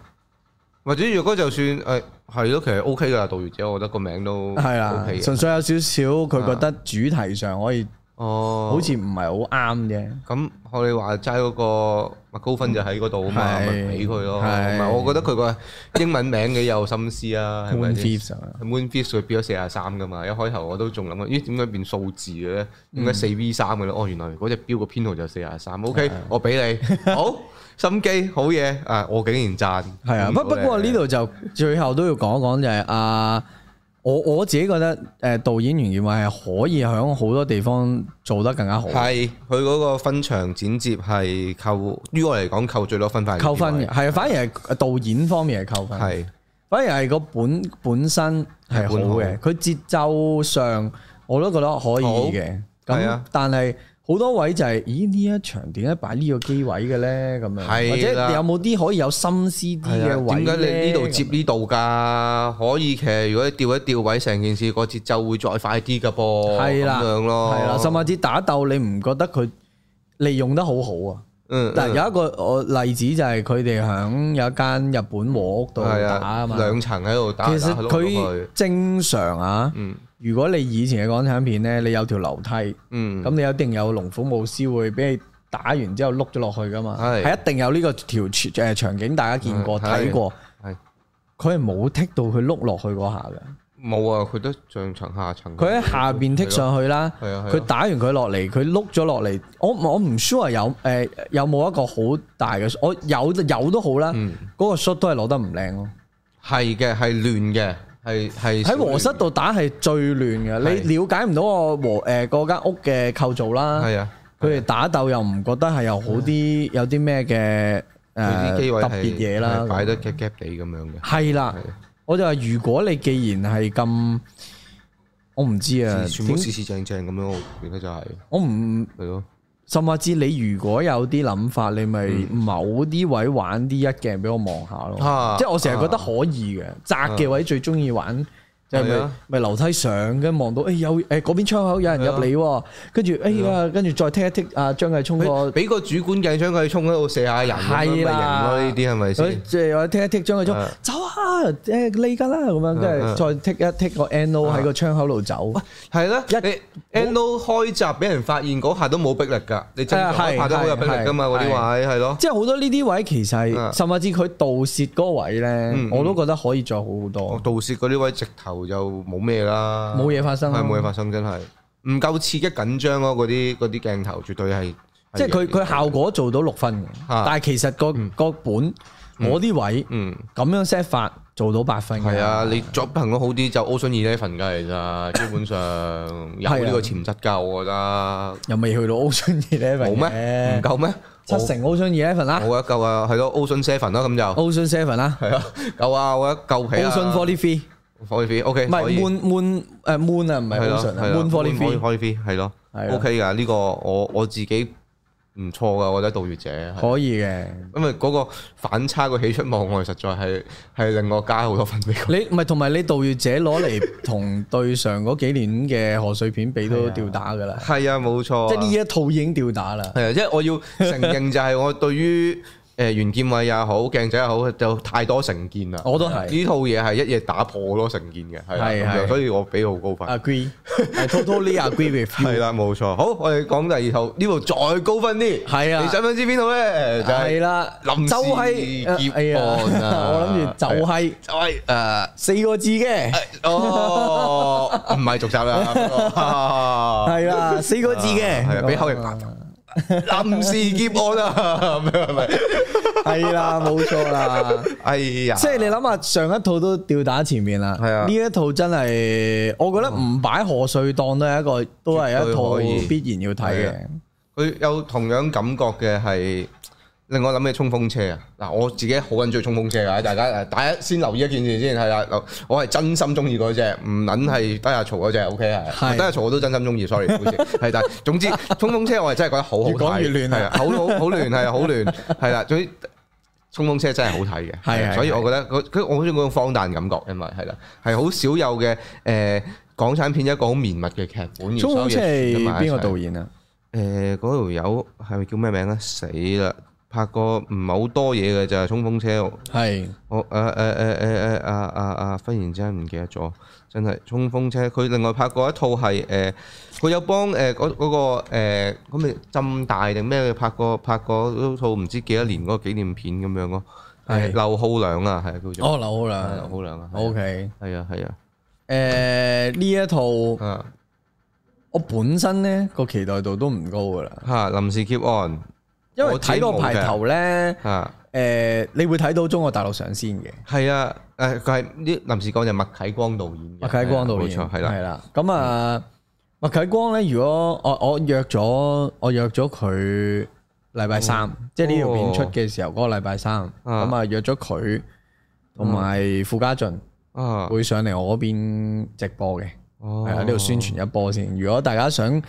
或者若果就算誒係咯，其實 O K 噶，盜月者，我覺得個名都
係啦
OK，
純
嘅。
粹有少少佢覺得主題上可以
哦，
好似唔係好啱啫。
咁我哋話齋嗰個麥高芬就喺嗰度啊嘛，
係
咪俾佢咯。唔
係
係，我覺得佢個英文名幾有心思啊，係咪
Moon
先
Thieves 啊
Moonfish 佢變咗四廿三噶嘛，一開頭我都仲諗緊，咦點解變數字嘅咧？點
嗯
解四 V 三嘅咧？哦，原來嗰隻錶個編號就四廿三。OK，我
啊
俾你，好心機，好嘢啊！我竟然讚，嗯
係啊，不不過呢度就最後都要講一講就係啊，我我自己覺得誒導演袁建偉係可以喺好多地方做得更加好，
係佢嗰個分場剪接係扣，於我嚟講扣最多分塊。
扣分嘅，係啊反而係導演方面係扣分，
係
反而係個本本身係好
本
嘅，佢節奏上我都覺得可以嘅。
好係
咁
啊
但係好多位就係、咦呢一場點解擺呢個機位嘅咧？咁樣
係啦
或者你有冇啲可以有心思啲
係
嘅
啊，
位
點解你呢
呢
度接呢度㗎？可以其實如果你調一調位，成件事個節奏會再快啲㗎噃。
係啦
咁樣咯，
係啦，甚至打鬥你唔覺得佢利用得好好啊？
嗯，
嗱、
嗯
有一個我例子就係佢哋響有一間日本和屋度
係
打啊嘛。
兩層喺度打，
其實
打
佢正常啊，
嗯
如果你以前嘅港產片咧，你有條樓梯。
嗯
咁你一定有龍虎武師會俾你打完之後碌咗落去噶嘛，
係
係一定有呢個條誒場景，大家見過
嗯係
睇過，
係
佢係冇剔到佢碌落去嗰下嘅，
冇啊，佢都上層下層。
佢喺下邊剔上去啦，
係啊係啊
佢打完佢落嚟，佢碌咗落嚟，我我唔 sure 有誒有冇一個好大嘅，我有有都好啦，
嗯
嗰個 shot 都係攞得唔靚咯，
係嘅，係亂嘅，係係
喺和室度打係最亂嘅，
係
你了解唔到個和誒嗰間屋嘅構造啦。
係啊。
佢哋打鬥又唔覺得係有好啲有啲咩嘅
佢嗯啲機
誒
位
特
係
別嘢
係
啦，
擺得夾夾地咁樣嘅。
係啦
係，
我就話如果你既然係咁，我唔知啊，
全部
點
四四正正咁樣，我覺得就係
我唔
係咯，
甚至你如果有啲諗法，你咪某啲位玩啲一鏡俾我望下咯
嗯啊，
即係我成日覺得可以嘅，窄嘅位最中意玩。就係
係
咪
啊
咪樓梯上，跟住望到，誒哎有誒嗰邊窗口有人入嚟喎，跟住誒啊，跟住再踢一踢啊張繼聰個
俾俾個主管鏡將佢衝喺度射下人，咁樣咪
係
型
啦
咯？呢啲係咪
所以
先？
即係我踢一踢張佢
啊
咗，走啊！誒匿緊啦咁樣，跟住再剔一剔個
啊
NO 喺個窗口度走。
係啦，
一
你 N O 開閘俾人發現嗰下都冇逼力㗎，你正常
啊係
拍得好有逼力㗎嘛？
係
嗰啲位係咯，
即係好多呢啲位其實
啊
係，甚至佢盜竊嗰個位咧
嗯，
我都覺得可以再好好
我
多，
哦盜竊嗰啲位直頭就冇咩啦，
冇嘢發生
係
咯。
冇嘢發生，真係唔夠刺激緊張咯。嗰啲嗰啲鏡頭絕對係
即係佢佢效果做到六分嘅，
啊
但係其實個個本我啲位
嗯。
咁樣 set 法做到八分嘅。
係啊，你作品好啲就 Ocean Eleven 㗎，其 實基本上
啊
有呢個潛質㗎，我覺得
又未去到 Ocean Eleven
冇咩唔
嘅，
夠咩？
啊七成 Ocean Eleven 啦
我一嚿啊，係咯 Ocean Seven 啦，咁就
，Ocean Seven 啦
係啊，夠啊，我一嚿皮啊
，Ocean Forty Three，
可以 OK，
唔
可
係
以
Moon Moon 誒 Moon 啊，唔係
係咯
Ocean 啊
係咯
，Moon
Moon
Forty Three
Forty Three 係咯
係啊
，OK 㗎，呢個我我自己唔錯㗎，我覺得《盜月者》係。
可以嘅。
因為嗰個反差個喜出望外，實在係係令我加好多分俾佢。
你唔係同埋你盜月者攞嚟同對上嗰幾年嘅賀歲片比都吊打㗎啦，
係啊，冇錯啊。
即係呢一套已經吊打啦。
係啊，即係我要承認就係我對於誒袁建偉也好，鏡仔也好，就太多成見啦。
我都係
呢套嘢係一夜打破好多成見嘅，係啦
係
咁樣
係啊
所以我俾好高分。
Agree，I totally agree with you。
係啦，冇錯。好，我哋講第二套，呢度再高分啲。
係啊
你想唔想知邊套咧？就
係
係
啦，
臨時
就係呃哎
劫案啊
我諗住就係
就係呃誒，
四個字嘅，
哎哦，唔係續集 啦，不過
係啦，四個字嘅，
係啊，俾口型白 臨時劫案啊，咁樣係咪？
係啦，冇錯 啦。
哎呀，
即係你諗下，上一套都吊打前面啦，
係啊
呢一套真係，我覺得唔擺賀歲檔都係一個，都係一
絕對可以
套必然要睇
係啊
嘅。
佢有同樣感覺嘅係令我諗起衝鋒車啊！嗱，我自己好撚中意衝鋒車啊！大家誒，大家先留意一件事先係啦。留我係真心中意嗰只，唔撚係低下嘈嗰只。OK 係，
嗯係
低下嘈我都真心中意。sorry，唔好意思。 係，但係總之衝鋒車我係真係覺得好好
越講
睇，
越亂啊
係啊，好好好亂係啊，好亂係啦。總之衝鋒車真係好睇嘅，
係係
所以
係
我覺得佢佢我好中意嗰種荒誕感覺，因為係啦，係好少有嘅誒、港產片一個好綿密嘅劇本。而
衝鋒
所
車
有嘢串
係
得埋一
邊個
齊
導演啊？
誒呃嗰條友係咪叫咩名咧？啊死啦！拍過唔係好多嘢嘅就係衝鋒車，
係
我誒呃誒誒誒誒啊啊啊！忽然之間唔記得咗，真係衝鋒車。佢另外拍過一套係誒，呃佢、有幫誒嗰嗰個誒咁咪浸大定咩？拍過拍過嗰套唔知幾多年嗰個紀念片咁樣咯。係
哦係
劉浩良啊，係叫做。
哦，劉浩
係
良
劉。浩良啊。
O K，
係啊係啊。
誒呢一套
啊
我本身咧個期待度都唔高噶啦，
嚇！啊臨時 keep on
因為
我知
睇個
冇
排
嘅
頭咧。
嚇。
誒、你會睇到中國大陸上先嘅
係啊，誒佢係呢臨時講就麥啟光導演嘅，
麥啟光導演，
係啊冇錯，係
係
啦，嗯
啦。咁啊，麥啟光咧，如果我我約咗我約咗佢禮拜三，即係呢條片出嘅時候嗰、個禮拜三，
哦啊嗯
咁啊約咗佢同埋傅家俊
啊，
會上嚟我嗰邊直播嘅，
哦
係啊啦、呢度宣傳一波先。如果大家想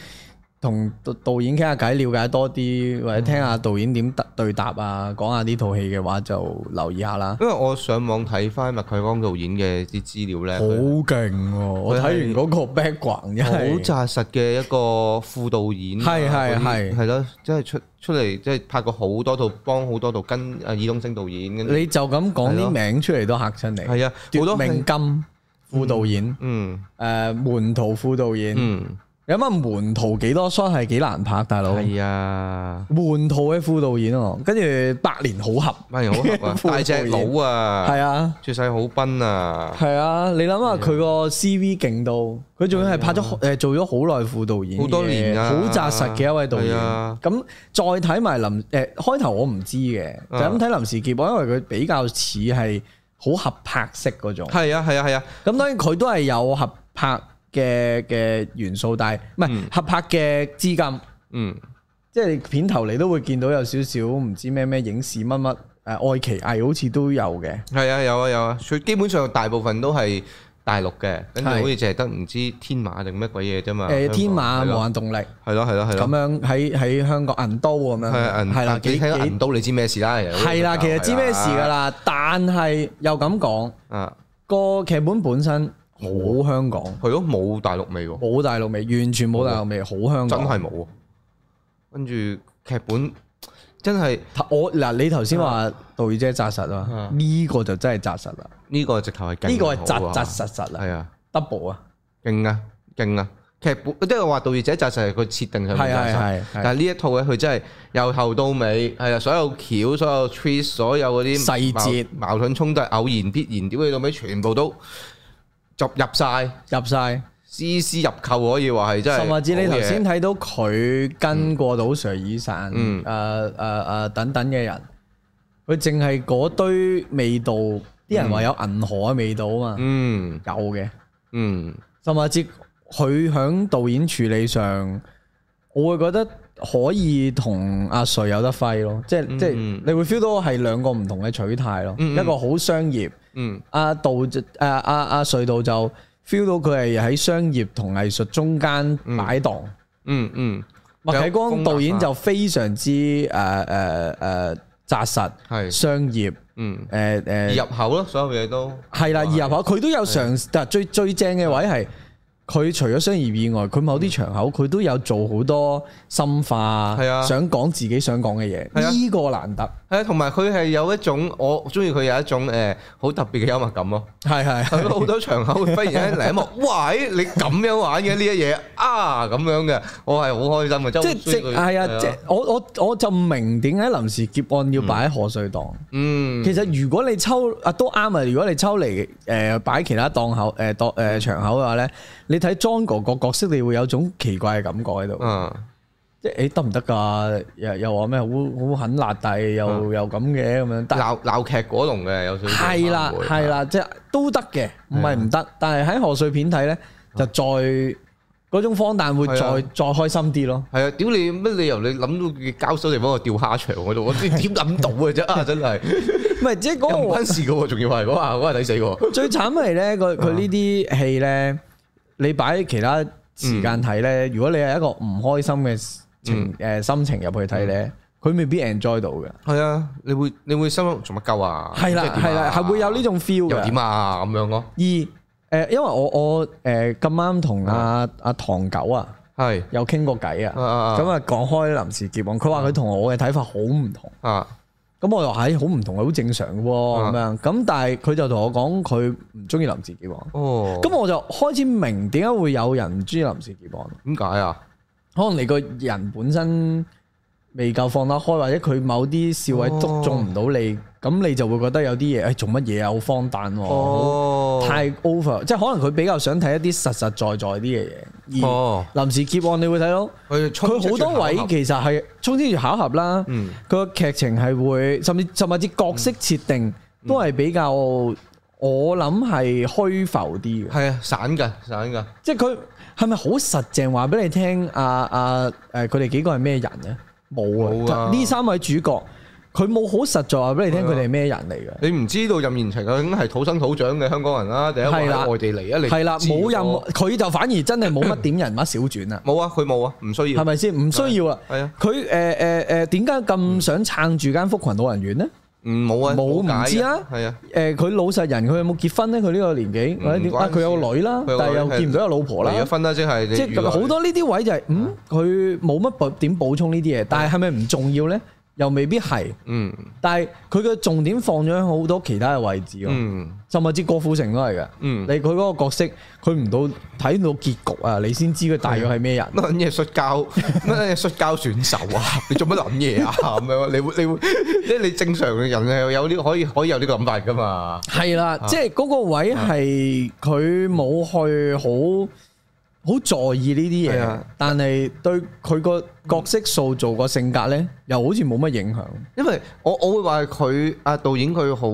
同導導演傾下偈，了解多啲，或者聽下導演點答對答啊，講下呢套戲嘅話，就留意下啦。
因為我上網睇翻麥啟光導演嘅啲資料咧，
好
佢
勁喎！我
佢
睇
係
完嗰個 background 真
好
係
紮實嘅一個副導演啊，
係係
嗰啲
係
係咯，即係出出嚟即係拍過好多套，幫好多套跟啊爾冬升導演，跟住
你就咁講
係
啲
咯
名出嚟都嚇親你。
係啊，好
奪
多嗯
命
係
金副導演，
嗯
誒門徒副導演，
嗯
你諗下門徒幾多 shot 係幾難拍，大佬。
係啊，
門徒嘅副導演喎，跟住百年好合，
咪好合啊
副導
大
演
隻佬啊，
係啊。
絕世好奔啊，啊
係啊，你諗下佢個 CV 勁到，佢仲要係拍咗誒做咗好耐副導演嘅，
好多年啊
好扎實嘅一位導演
係啊。
咁再睇埋林誒開頭我唔知嘅，就
啊
咁睇臨時劫案，因為佢比較似係好合拍式嗰種。
係啊係啊係啊，
咁當然佢都係有合拍嘅嘅元素，但係唔
嗯
係合拍嘅資金，
嗯
即係片頭你都會見到有少少唔知咩咩影視乜乜誒愛奇藝好似都有嘅。
係啊，有啊，有啊，佢基本上大部分都係大陸嘅，跟住
係
好似淨係得唔知天馬定乜鬼嘢啫嘛。
誒天馬
啊係
無
咯，
限動力。
係咯，係咯，係咯，
咁樣喺喺香港銀都咁樣，
係啊銀
係啦，
你
幾
睇到
幾
銀刀，你知咩事啦？
係啦，其實知咩事㗎啦，但係又咁講，
啊，
個劇本本身好香港，
係咯，冇大陸味喎，
冇大陸味，完全冇大陸味，好香
真
港。
係冇喎。跟住劇本真係
我嗱，你頭先話導演姐扎實啊
啊，
呢個就真係扎實啦，
呢個直頭係勁
呢個係
好
扎
啊
扎實實啦
係啊，
，double 啊，
勁啊，勁啊！劇本即係話導演者就係佢設定上面
係
紮
係
實
係係
但係呢一套咧，佢真係由頭到尾係啊，所有橋、所有 twist、所有嗰啲
細節
矛、矛盾衝突、偶然必然，屌你到尾全部都就入晒
入晒
絲絲入扣，可以話係真係好嘢。
甚至你頭先睇到佢跟過到 Sir 以散，誒
嗯
誒誒等等嘅人，佢淨係嗰堆味道，啲人話有銀河嘅味道啊嘛，
嗯
有嘅。
嗯
甚至佢響導演處理上，我會覺得可以同阿瑞有得揮咯，即係、
嗯
即係你會 feel 到係兩個唔同嘅取態咯，
嗯嗯
一個好商業，
嗯
阿杜就阿阿阿隧道就 feel 到佢係喺商業同藝術中間擺盪。
嗯嗯，
麥啟光導演
有
就非常之呃誒誒誒呃扎實、
係
商業
嗯
誒誒
入口咯，所有嘢都
係啦，易入口佢都有嘗，但係最最正嘅位係佢除咗商業以外，佢某啲場口佢都有做好多深化，
係啊
想講自己想講嘅
係
嘢，
啊
呢個難得，
係啊，同埋佢係有一種我中意佢有一種誒好特別嘅幽默感咯。
係
佢
係
好多場口忽然間嚟一幕，喂，你咁樣玩嘅呢一嘢啊咁樣嘅，我係好開心嘅，真
即
係
係即
好
係
衰佢
啊！即我我我就唔明點解臨時劫案要擺喺賀歲檔。
嗯，
其實如果你抽啊都啱啊，如果你抽嚟誒擺其他檔口誒檔誒場口嘅話咧，你睇 John 哥個角色，你會有種奇怪嘅感覺喺度。
啊
即係誒得唔得㗎？又又話咩好好狠辣弟，又
嗯
又咁嘅咁樣，但
鬧鬧劇嗰籠嘅有少少
係啦
會
係，啦，即係都得嘅，唔係唔得。但係喺賀歲片睇咧，就再嗰種荒誕會
係
再
啊
再開心啲咯。
係啊！屌你乜理由你諗到交手地方個釣蝦場嗰度，我知 點諗到嘅啫啊！真係
唔係即係
又
嗰
唔
個
關事嘅喎，仲要係嗰下嗰下抵死喎。
最慘係咧，佢佢呢啲戲咧，你擺其他時間睇咧，如果你係一個唔開心嘅情誒心情入去睇咧，佢未必 enjoy 到嘅。
係啊，你會你會心諗做乜鳩啊？
係啦
即點啊
係啦，係會有呢種
又
feel 嘅。
點啊咁樣咯。
二誒、因為我我誒咁啱同阿阿唐九啊
係
有傾過偈啊，
啊啊
咁啊講開臨時結案，佢話佢同我嘅睇法好唔同，
啊
咁我又係好唔同，好正常嘅喎咁樣，
啊
咁但係佢就同我講佢唔中意臨時結案，
哦，
咁我就開始明點解會有人唔中意臨時結案，
點解啊？
可能你個人本身未夠放得開，或者佢某啲笑位捉中唔到
哦
你，咁你就會覺得有啲嘢誒做乜嘢啊，好荒誕喎。好
哦，
太 over，即係可能佢比較想睇一啲實實在在啲嘅嘢。而
哦，
臨時劫案，你會睇到
佢
佢好多位其實係充斥住巧合啦。
嗯
佢個劇情係會，甚至甚至角色設定
嗯
都係比較，我諗係虛浮啲嘅。
係啊，散㗎，散㗎。
即係佢係咪好實淨話俾你聽？啊啊誒，佢哋幾個係咩人咧？冇
冇
啊！
啊
呢三位主角佢冇好實在話俾你聽，
係啊
佢哋係咩人嚟嘅。
你唔知道任賢齊究竟係土生土長嘅香港人啦，定係
係
一個
啦
喺外地嚟啊？你
係啦，
知㗎
冇任
喎
佢就反而真係冇乜點人物小傳 啦。
冇啊，佢冇啊，唔需
係
要。
咪先？唔需要啦。
係啊，
佢誒誒誒點解咁想撐住間福群老人院呢？
唔冇啊，
冇唔
解嘅
知啊
係啊，
誒佢老實人，佢有冇結婚呢？佢呢個年紀
嗯
或者點
關
啊？佢有個女啦
事，佢有個
但係又
女係啊
見唔到有老婆啦
離咗。婚啦，即係你啊
即
遇
係
到
好多呢啲位就係嗯，佢冇乜補點補充呢啲嘢，但係係咪唔重要呢？又未必係。
嗯
但係佢嘅重點放咗喺好多其他嘅位置咯，
嗯
甚至郭富城都係嘅。
嗯
你，佢嗰個角色，佢唔到睇到結局啊，你先知佢大約係咩人。
乜撚嘢摔跤， 乜撚嘢摔跤選手啊？ 你做乜撚嘢啊？ 咁樣你會你 會即係你正常嘅人係有呢可以可以有呢個諗法㗎嘛？
係啦，
啊
即係嗰個位係佢冇去好好在意呢
係
啲嘢
啊，
但係對佢個角色塑造個性格呢，又好似冇乜影響。
因為我我會話佢啊導演佢好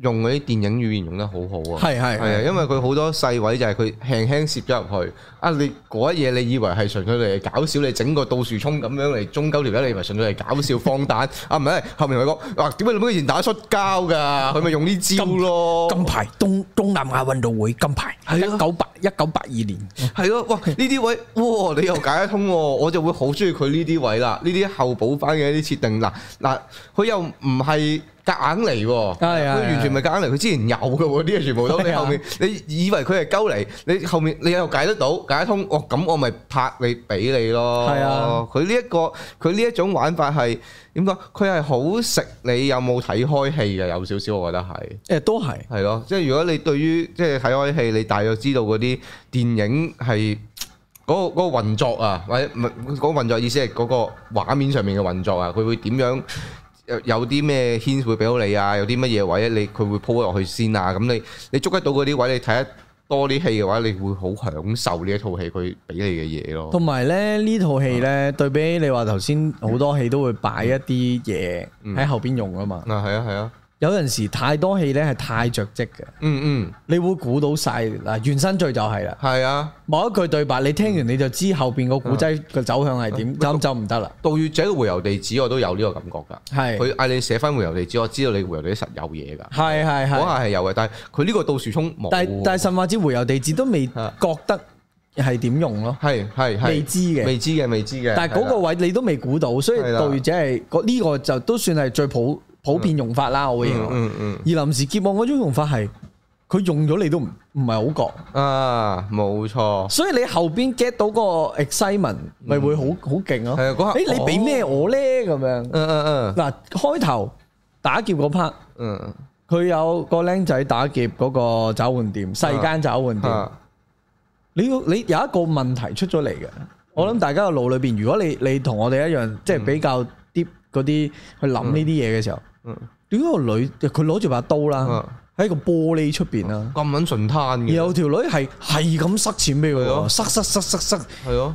用嗰啲電影語言用得好好啊，
係係
係啊，
係
因為佢好多細位就係佢輕輕攝咗入去啊，你嗰一嘢你以為係純粹嚟搞笑，你整個倒樹衝咁樣嚟中鳩條友，你以為純粹嚟搞笑放蛋啊？唔係，後面佢講哇，點解你冇以前打摔跤㗎？佢咪用呢招咯，
金牌東東南亞運動會金牌，一
係啊
九八一九八二年。
係咯，哇！呢啲位，哇！你又解得通喎，我就會好中意佢呢啲位啦，呢啲後補翻嘅一啲設定嗱嗱，佢又唔係夾硬嚟喎，
係啊
佢
係啊
完全唔係夾硬嚟，佢之前有嘅喎，呢啲嘢全部都
係
你
啊
後面，你以為佢係鳩嚟，你後面你又解得到，解得通，哦咁我咪拍你俾你咯，
係啊，
佢呢一個佢呢一種玩法係點講？佢係好食你有冇睇開戲嘅，有少少我覺得係。
誒都係，
係咯，即係如果你對於即係睇開戲，你大約知道嗰啲電影係嗰、個嗰、個運作啊，或者唔係嗰個運作意思係嗰個畫面上面嘅運作啊，佢會點樣有有啲咩 hint 會俾到你啊，有啲乜嘢位你佢會鋪落去先啊，咁你你捉得到嗰啲位，你睇得多啲戲嘅話，你會好享受呢一套戲佢俾你嘅嘢咯。
同埋咧呢套戲咧，對比你話頭先好多戲都會擺一啲嘢
嗯
喺後邊用啊嘛。
啊，係啊，係啊，
有陣時太多戲咧係太着跡嘅，
嗯嗯，
你會估到晒嗱原生罪就係啦，
係啊。
某一句對白你聽完你就知後邊個古仔個走向係點，咁就唔得啦。
盜月者嘅回遊地址我都有呢個感覺㗎。
係
佢嗌你寫翻回遊地址，我知道你回遊地址實有嘢㗎。
係
嗰
係係，
下係有嘅，但係佢呢個倒樹衝冇。
但但神話之回遊地址都未
啊
覺得係點用咯，
係係係
未知嘅。
未知嘅，未知嘅。
但係嗰個
係啦
位你都未估到，所以
係啦
盜月者係嗰呢個就都算係最普普遍用法啦，我會認為。
嗯嗯
而臨時劫案嗰種用法係，佢用咗你都唔唔係好覺，
嗯啊，冇錯。
所以你後邊 get 到個 excitement 咪會好好勁咯。
嗯係啊嗰下
誒你俾咩我咧咁樣？
嗯嗯嗯
嗱，開頭打劫嗰 part，
嗯
佢有個僆仔打劫嗰個找換店，世間找換
嗯
店。
啊
你要你有一個問題出咗嚟嘅，我
嗯
諗大家嘅腦裏邊，如果你你同我哋一樣，即係比較 deep 嗰啲去諗呢啲嘢嘅時候，
嗯
點解個女佢攞住把刀啦
嗯，
喺個玻璃出邊啦，
咁撚順攤
而
嘅，
有條女係係咁塞錢俾佢
係
喎，
咯
塞塞塞塞塞，
係咯，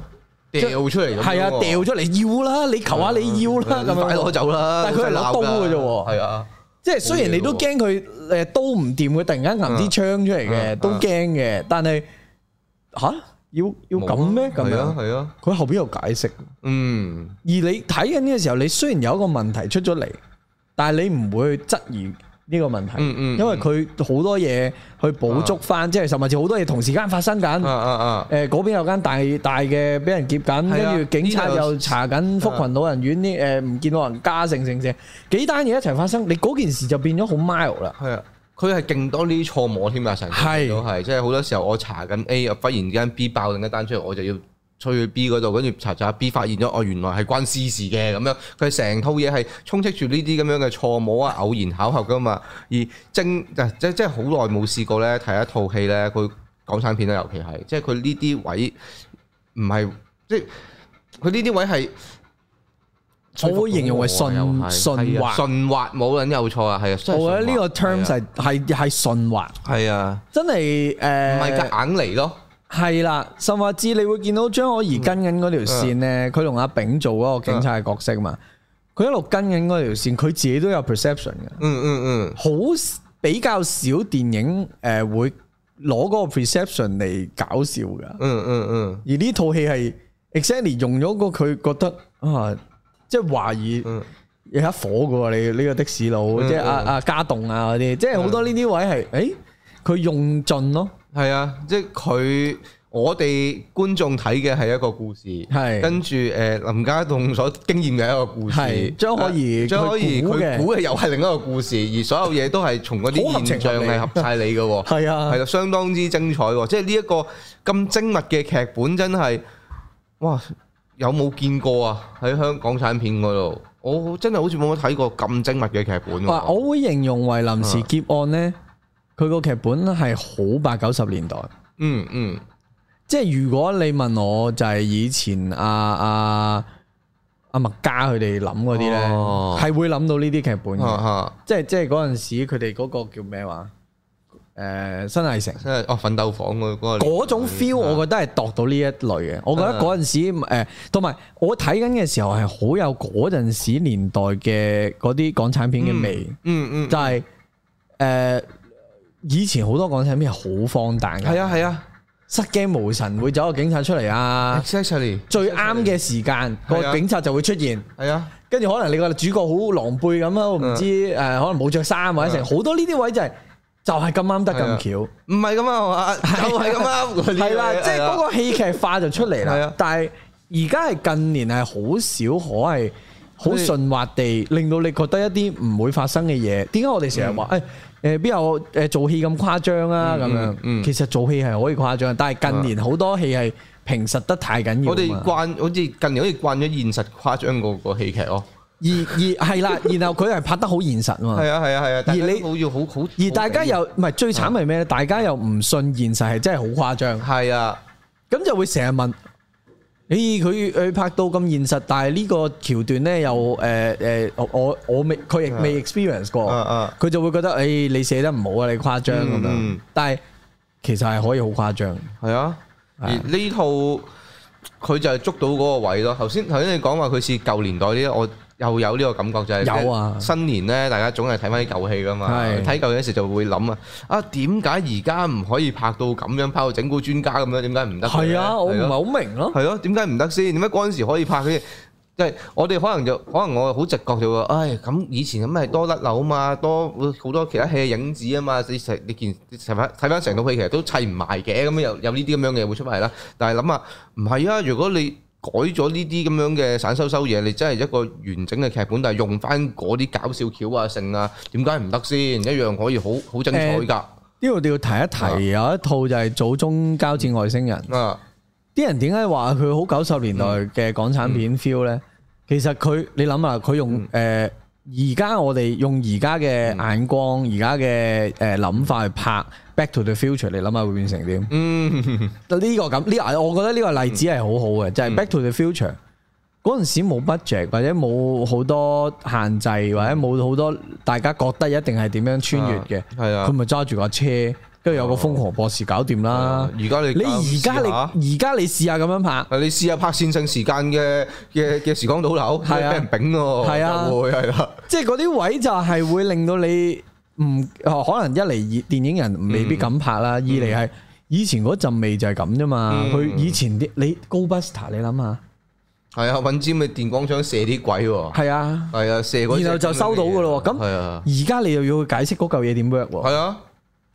掉出嚟咁樣喎。嗯啊
係啊，掉咗嚟要啦，你求下你要啦咁
快攞
樣。
走啦！
但係佢係攞刀嘅啫喎
係啊，
即係雖然你都
冇
驚佢誒刀唔掂，佢突然間揞支槍出嚟嘅，
嗯
都驚嘅，但係吓，要要咁咩咁
係啊
樣？
係啊，
佢後邊有解釋。
嗯
而你睇緊呢個時候，你雖然有一個問題出咗嚟，但係你唔會去質疑呢個問題，
嗯嗯
因為佢好多嘢去補足翻，即係甚至好多嘢同時間發生緊。
啊
誒
啊啊，
嗰邊有間大大嘅俾人劫緊，
係啊
跟住警察
呢度啊
又查緊福群老人院啲誒唔見老人家，成成成幾單嘢一齊發生，你嗰件事就變咗好 mild 啦。
係啊。佢係勁多呢啲錯摸添啊！成日
係
都係，即係好多時候我查緊 A，忽然之間 B 爆另一單出嚟，我就要吹去 B 嗰度，跟住查查下 B 發現咗，哦原來係關 C 事嘅咁樣。佢成套嘢係充斥住呢啲咁樣嘅錯摸啊、偶然巧合噶嘛。而正即即係好耐冇試過咧睇一套戲咧，佢港產片啦，尤其係即係佢呢啲位唔係即係佢呢啲位係。
我會形容為順
又係
順
係
滑
啊順滑冇撚有錯啊，係啊，真係啊
我覺得呢個
順
term
滑
係係係順滑，
係啊，
真係誒。
唔係夾硬嚟咯，
係啦，甚或至你會見到張可兒跟緊嗰條
嗯
線咧，佢同阿炳做嗰個警察嘅角色嘛，佢一路跟緊嗰條線，佢自己都有 perception 嘅，
嗯嗯
好比較少電影誒會攞嗰個 perception 嚟搞笑噶，
嗯嗯嗯嗯
而呢套戲係 exactly 用咗個佢覺得啊，即係懷疑
嗯
有一火嘅喎，你呢個的士佬，
嗯
即係阿
嗯
阿家棟啊嗰啲，即係好多呢啲位係，誒佢用盡咯，
係啊，即係佢我哋觀眾睇嘅係一個故事。
係。
跟住誒林家棟所經驗嘅一個故事
係，張可怡
啊張可怡
佢估嘅
佢估嘅又係另一個故事，而所有嘢都係從嗰
好合
啲
情
現
合
象
理
係合晒你嘅喎，
係啊
係，啦，相當之精彩喎！即係呢一個咁精密嘅劇本真係，哇！有冇見過啊？喺香港產片嗰度，我真係好似冇乜睇過咁精密嘅劇本喎。
嗱，我會形容為臨
啊
時劫案呢，佢個劇本係好八九十年代，
嗯嗯
即係如果你問我就係以前阿阿阿麥嘉佢哋諗嗰啲呢，
哦啊
係會諗到呢啲劇本
嚇
嘅，
嚇，
即係即係嗰陣時佢哋嗰個叫咩話？誒新藝城
即係哦奮鬥房嗰嗰個
嗰種 feel，我覺
啊
得係度到呢一類嘅。我覺得嗰陣時誒，同埋我睇緊嘅時候係好有嗰陣時年代嘅嗰啲港產片嘅味。
嗯嗯，
就係、呃以前好多港產片係好荒誕嘅，
係啊係啊
失驚無神會走個警察出嚟啊！
，exactly
最啱嘅時間
係
個
啊
警察就會出現，
係啊，
跟住可能你個主角好狼狽咁啊，我唔知誒、呃可能冇着衫或者成
嗯
好多呢啲位就係、就係咁啱得咁
唔係啊咁啊係嘛，就係咁啊，
巧，係啦，即係嗰個戲劇化就出嚟
係
啦
啊。
但係而家係近年係好少可係好順滑地令到你覺得一啲唔會發生嘅嘢。點解我哋成日話誒哎誒邊有誒做戲咁誇張啊咁樣？
嗯嗯啊
其實做戲係可以誇張，但係近年好多戲係平實得太緊要
我哋
啊嘛。
慣好似近年好似慣咗現實誇張個個戲劇咯。
而而係啦，然後佢係拍得好現實啊 嘛。
係啊係啊係啊，
而
而
你
你好要好好，
而大家又唔係最慘係咩咧？大家又唔信現實係真係好誇張。
係啊，
咁就會成日問：咦，佢佢拍到咁現實，但係呢個橋段咧又誒誒、我我我未佢亦未 experience 過，佢、
啊啊啊嗯
就會覺得誒、你寫得唔好啊，你誇張咁樣。
嗯嗯
但係其實係可以好誇張。
係啊，而呢套佢就係捉到嗰個位咯。頭先頭先你講話佢似舊年代呢，我又有呢個感覺就係、
有啊
新年呢，大家總係睇翻啲舊戲噶嘛，
係
睇舊嘢時就會諗啊，啊點解而家唔可以拍到咁樣，拍到整蠱專家咁樣，點解唔得嘅咧？
係啊，我唔
係
係
咯
好明咯。
係咯，點解唔得先？點解嗰陣時可以拍嘅？即係我哋可能就可能我好直覺就話，唉咁以前咁係多甩漏啊嘛，多好多其他戲嘅影子啊嘛，你成你件你成睇翻成套戲其實都砌唔埋嘅，咁有有呢啲咁樣嘅會出埋啦。但係諗下唔係啊，如果你改咗呢啲咁樣嘅散修修嘢，你真係一個完整嘅劇本，但係用翻嗰啲搞笑橋啊、剩啊，點解唔得先？一樣可以好好精彩㗎
呢度要提一提，有一套就係祖宗交戰外星人。
啊！
啲人點解話佢好九十年代
嗯
嘅港產片 feel 咧？其實佢你諗下，
嗯
佢用誒呃而家我哋用而家嘅眼光、而家嘅誒諗法去拍《Back to the Future》，你諗下會變成點？
嗯，
呢個咁呢，我覺得呢個例子係好好嘅，就係《Back to the Future》嗰陣時冇 budget 或者冇好多限制，
嗯
或者冇好多大家覺得一定係點樣穿越嘅，
係啊
佢，咪揸住架車，跟住有個瘋狂博士搞掂啦。
啊而家你
你而
試
家
下
你而家你試下咁樣拍，
啊！你試下拍線性時間嘅嘅嘅時光倒流，
係啊
俾人丙喎，
係啊
就會係啦，
即係嗰啲位就係會令到你唔哦可能一嚟電影人未
嗯
必敢拍啦，二嚟係以前嗰陣味就係咁啫嘛。
嗯
佢、以前啲你 Go Buster 你諗下，
係啊，揾支咪電光槍射啲鬼喎，
係啊，
係啊，射嗰啲
然後就收到㗎咯喎咁
係啊，
而家你又要去解釋嗰嚿嘢點 work 喎。
係啊，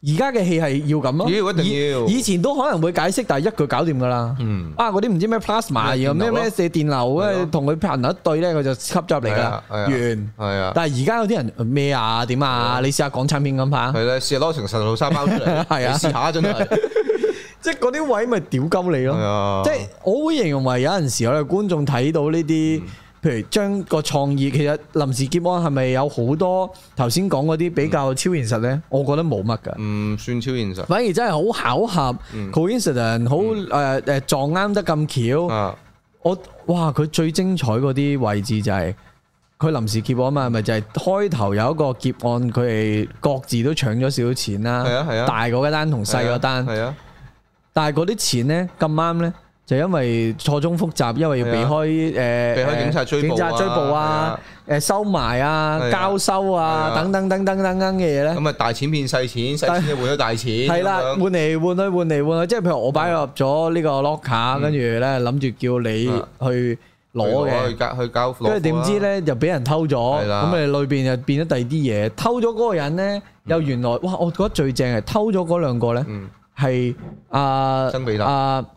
而家嘅戲係要咁咯，
要一定
以
要
以前都可能會解釋，但係一句搞掂噶啦。
嗯
啊，嗰啲唔知咩 plasma 又
電
咩
流咯
咩射電流
係
咧
咯，
同佢拍唔一對咧，佢就吸咗入嚟噶啦，
係啊係啊
完。
係啊，
但係而家有啲人咩啊點啊，你試下港產片咁拍，
係啦，試下攞成十套沙包出嚟，
係啊
你試下真 係，
即係嗰啲位咪屌鳩你
係
咯。
啊，
即係我會形容為有陣時我哋觀眾睇到呢啲，譬如將個創意，其實臨時劫案係咪有好多頭先講嗰啲比較超現實咧？我覺得冇乜㗎。
唔嗯算超現實
反而真係好巧合、coincident，好誒誒撞啱得咁巧。
啊，
我哇佢最精彩嗰啲位置就係、佢臨時劫案嘛，咪就係開頭有一個劫案，佢哋各自都搶咗少少錢啦，
係啊係啊
大嗰單同細嗰單，
係啊，
但係嗰啲錢呢，咁啱呢，就因為錯綜複雜，因為要避
係啊
開誒
避
避
開警察追捕啊
警察追捕啊，誒收埋啊、
係啊
交收啊
係啊
等等等等等等嘅嘢呢。
咁啊大錢變細錢，細錢就換咗大錢，
係啦，
咁
換
樣
嚟換去，換嚟換去，即係譬如我擺入咗呢個 locker，跟住咧諗住叫你
嗯
去
去
攞嘅，
交去啊交，
跟住點知？咧就俾人偷咗，
係啦
咁你裏邊就變咗第二啲嘢。偷咗嗰個人咧，又原來哇，我覺得最正係偷咗嗰兩個咧，
嗯，
係阿
曾比特
阿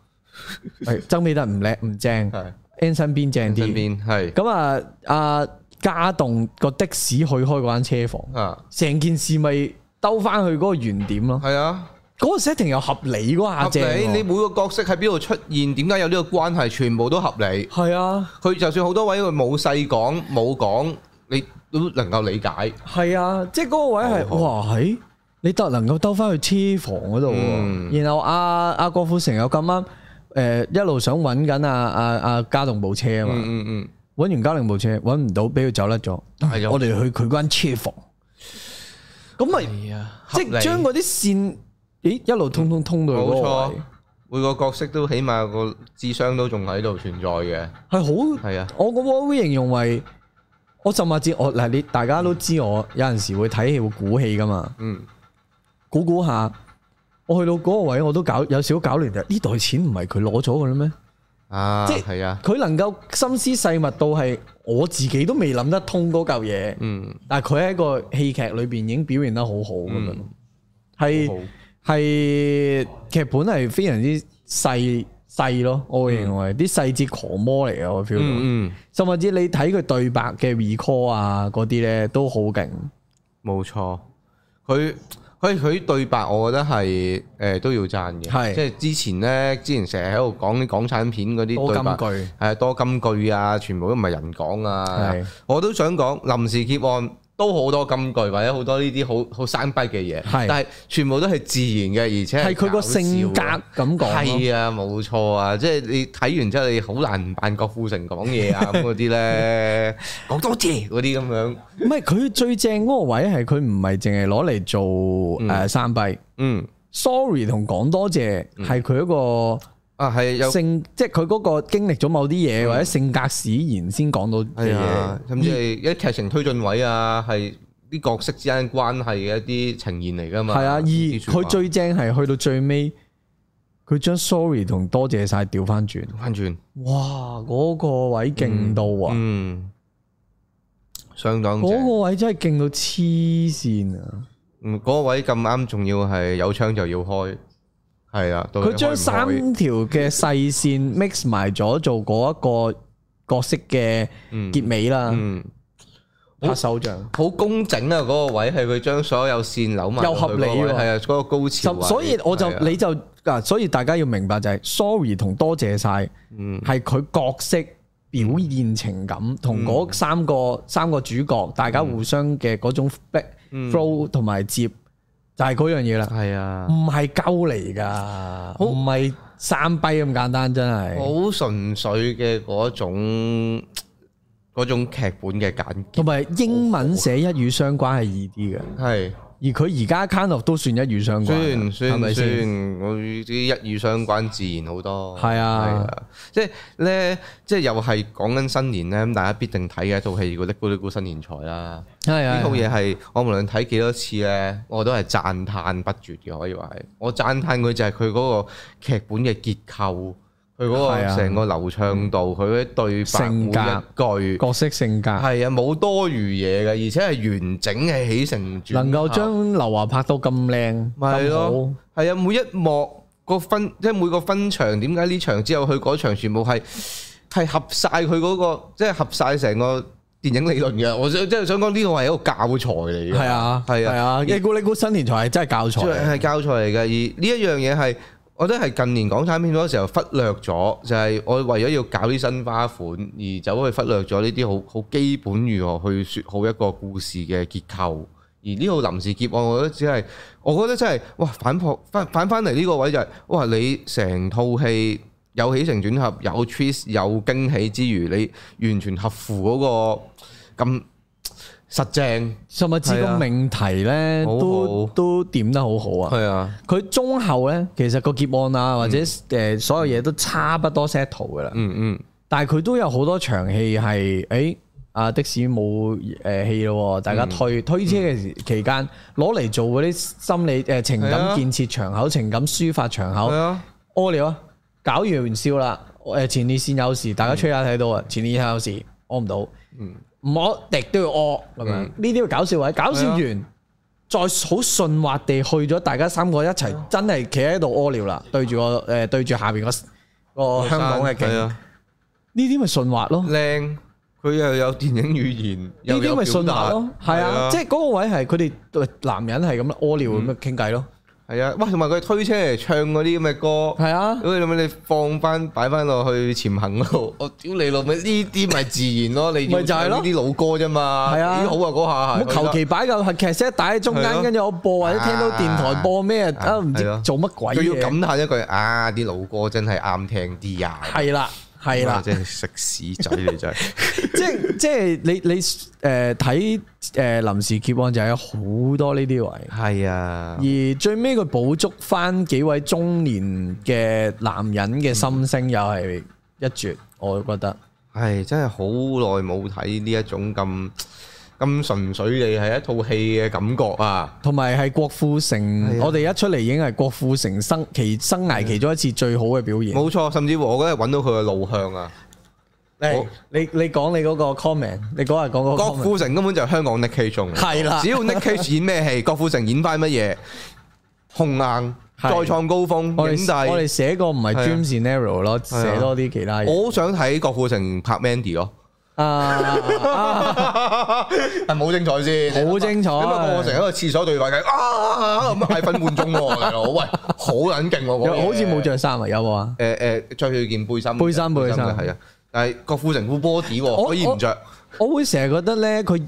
係曾美德唔叻 唔正
係
，Anson 邊
身
正啲。
邊係
咁啊，阿家棟個的士去開嗰間車房，
啊，
成件事咪兜翻去嗰個原點咯。
係啊。
嗰個 setting 又合理嗰下
合
正
理，
喎，
你每個角色喺邊度出現，點解有呢個關係，全部都合理。
係啊
佢就算好多位佢冇細講冇講，你都能夠理解。
係啊，即係嗰個位係
好
哇係，你特能夠兜翻去車房嗰度
嗯
喎，然後阿阿郭富城又咁啱誒一路想揾緊阿阿阿家棟部車啊嘛，
嗯嗯嗯，
揾完家棟部車揾唔到，俾佢走甩咗，
係啊
我哋去佢間車房，咁咪
係啊，
即係將嗰啲線咦一路通通通到去嗰
冇
個
錯
位，
每個角色都起碼個智商都仲喺度存在嘅。
係好。
係啊，
我個我會形容為，我甚至我嗱你大家都知我有陣時會睇戲會估戲噶嘛，
嗯，
估估下，我去到嗰個位我都搞有少少搞亂就係呢袋錢唔係佢攞咗嘅啦咩？
啊，
即係
係啊，
佢能夠心思細密到係我自己都未諗得通嗰嚿嘢，
嗯，
但係佢喺一個戲劇裏邊已經表現得好好咁樣，
嗯好
係係劇本係非常之細細咯，我會認為啲細節狂魔嚟嘅，我 feel 到。
嗯嗯，
甚至你睇佢對白嘅 recall 啊，嗰啲咧都好勁。
冇錯。佢佢佢對白，我覺得係誒都要讚嘅。
係
即係之前咧，之前成日喺度講啲港產片嗰啲
多
對
金
白。
句，
係多金句啊，全部都唔係人講啊
係。
我都想講臨時劫案都好多金句，或者好多呢啲好好生僻嘅嘢，
係
但係全部都係自然嘅，而且
係佢個
搞笑嘅
性格咁講
係啊，冇錯啊，即係你睇完之後，你好難扮郭富城講嘢 啊咁嗰啲咧，講多謝嗰啲咁樣，
呃咯。唔係佢最正嗰個位係佢唔係淨係攞嚟做誒三弊，
嗯，
sorry 同講多謝係佢一個
啊，係嗯有嗯
性，即係佢嗰個經歷咗某啲嘢或者性格使然先講到嘅
係啊
嘢，，
甚至係一啲劇情推進位啊，係啲角色之間關係嘅一啲呈現嚟噶嘛。
係啊。而
呢啲說
佢
話
最正係去到最尾，佢將 sorry 同多謝晒調翻轉，
翻轉，
哇！嗰個位勁到啊！
嗯，相當正
嗰個位真係勁到黐線啊！
嗯嗰位咁啱，仲要係有槍就要開，係啊，到底
佢將三
開唔開
條嘅細線 mix 埋咗做嗰一個角色嘅
嗯
結啊尾啦，
嗯
拍手掌。
好工整啊！嗰個位係佢將所有線扭埋
又
落去嗰
合
個
理
位，
喎
係啊，嗰個高潮
就
位。
所以我就
係啊
你就嗱，所以大家要明白就係 sorry 同多謝晒
嗯
係佢角色表現情感同
嗯
嗰三個三個主角大家互相嘅嗰種 back
嗯
flow 同埋接，就係嗰樣嘢啦，
係啊，
唔係鳩嚟㗎，唔係三跛咁簡單，真係。
好純粹嘅嗰種嗰種劇本嘅簡
同埋英文寫一語相關係易啲嘅。
係。
而佢而家 kind of 都算一語相關，
算
啊係咪
算
先？
算，我呢啲一語相關，自然好多。
係啊
係啊，即係咧，即係又係講緊新年咧，咁大家必定睇嘅一套戲叫《叻咕叻咕新年財》啦。
係
呢套
啊，
嘢係我無論睇幾多次咧，我都係讚歎不絕嘅，可以話係。我讚歎佢就係佢嗰個劇本嘅結構，佢嗰
係
個
啊嗯
成個流暢度，佢啲
性
對白
格
每一句。
角色性格
係啊，冇多餘嘢嘅，而且係完整嘅起承轉合，
能夠將劉華拍到咁靚，
咪係
咁
咯
好，，
係啊，每一幕個分，即係每個分場，點解呢場之後去嗰場全部係係合晒佢嗰個，即係合晒成個電影理論嘅。我想即係想講呢個係一個教材嚟嘅，
係啊，
係啊
係啊，你估你估新年才係真係教
即
材，
係教材嚟嘅。而呢一樣嘢係，我覺得係近年港產片好多時候忽略咗，就係、我為咗要搞啲新花款，而走去忽略咗呢啲好好基本如何去説好一個故事嘅結構。而呢套臨時劫案，我覺得只係，我覺得真係，哇！反撲反反翻嚟呢個位就係、哇！你成套戲有起承轉合，有 twist，有驚喜之餘，你完全合乎嗰、個咁實正，
甚至
係啊
個命題咧
好好
都都點得好好啊！
係啊，
佢中後咧，其實個劫案啊，或者誒所有嘢都差不多 settle 噶啦，
嗯嗯，
但係佢都有好多場戲係，誒、啊的士冇誒戲咯喎，大家
嗯
推、推車嘅時期間攞嚟做嗰啲心理誒、情
係啊
感建設場口、情感抒發場
係
口，
啊。
屙尿啊，搞完笑啦，誒前列腺有事，大家吹下睇到啊，
嗯
前列腺有事屙唔到，唔屙滴都要屙咁樣，
嗯
呢啲叫搞笑位，搞笑
啊
完。再好順滑地去咗，大家三個一齊
哦
真係企喺度屙尿啦，對住個誒對住下邊個個香港嘅景，
係
呢
啊
啲咪順滑咯。
靚，佢又有電影語言，
呢
又
啲咪
有表
信
達
達咯，係啊，即係嗰個位係佢哋喂男人係咁啦屙
嗯
尿咁樣傾偈咯，
係啊，哇！同埋佢推車嚟唱嗰啲咁嘅歌，
係啊，
咁你咪你放翻擺翻落去潛行嗰度， 我屌你老味，呢啲咪自然咯，你
咪就係
係
咯
呢啲老歌啫嘛，
係啊
幾好啊
咁
嗰下係，
求其擺個係劇 set 帶喺中
係
間，
咯
跟住我播或者聽到電台播咩啊，唔知
係咯
做乜鬼
佢要
嘢，
感嘆一句啊，啲老歌真係啱聽啲啊，
係啦係
哇
啦，
真係食屎仔你 真啊係，
即係即係你你誒睇誒臨時劫案就係有好多呢啲位。
係啊，
而最尾佢補足翻幾位中年嘅男人
嗯
嘅心聲，又係一絕，我覺得。
係真係好耐冇睇呢一種咁咁純粹嘅係一套戲嘅感覺啊！
同埋係郭富城，
係啊啊
我哋一出嚟已經係郭富城生其生涯其中一次最好嘅表現。
冇錯，甚至乎我覺得係揾到佢嘅路向啊！
嚟
冇
你你講你嗰個 comment，你嗰日講嗰個
郭
comment
富城根本就係香港 Nick Cage 中，
係啦
只要 Nick Cage 演咩戲，郭富城演翻乜嘢，紅硬再
係
創高峰，
我
影帝。
哋我哋寫個唔係
係啊
dream scenario 咯，
啊
寫多啲其他嘢。
我好想睇郭富城拍 Mandy 咯，
啊啊，
係冇精彩先，
好精 彩
咁啊，郭富城喺個廁所對話嘅，啊咁嗌分半鐘喎，大佬，喂，好撚勁喎，嗰個嘢
有好似冇。着衫啊，有冇啊？
誒誒，着佢件背心。
背心背心
係啊，但係郭富城副 body 喎，
我
可以唔着。
我會成日覺得咧，佢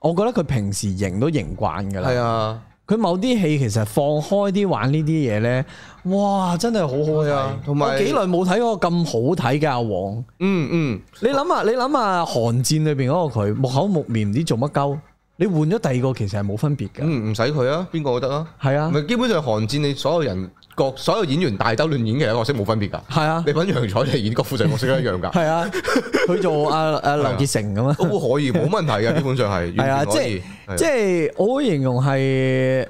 我覺得佢平時型都型慣㗎啦
係。啊。
佢某啲戲其實放開啲玩呢啲嘢咧，哇！真係好好
係
睇
啊同埋
我幾耐冇睇過咁好睇嘅阿黃。
嗯嗯，
你諗下，你諗下《寒戰》裏邊嗰個佢木口木面唔知做乜鳩，你換咗第二個其實係冇分別嘅，
嗯，唔使佢啊，邊個都得啊。
係啊，
咪基本上寒戰你所有人各所有演員大兜亂演其他角色冇分別㗎。
係啊
你，揾楊彩嚟演郭富城角色都一樣 㗎，
係啊，佢做阿阿劉傑成咁啊。
都可以冇問題 嘅，基本上係
係啊，
完全
即
可以
係即係我會形容係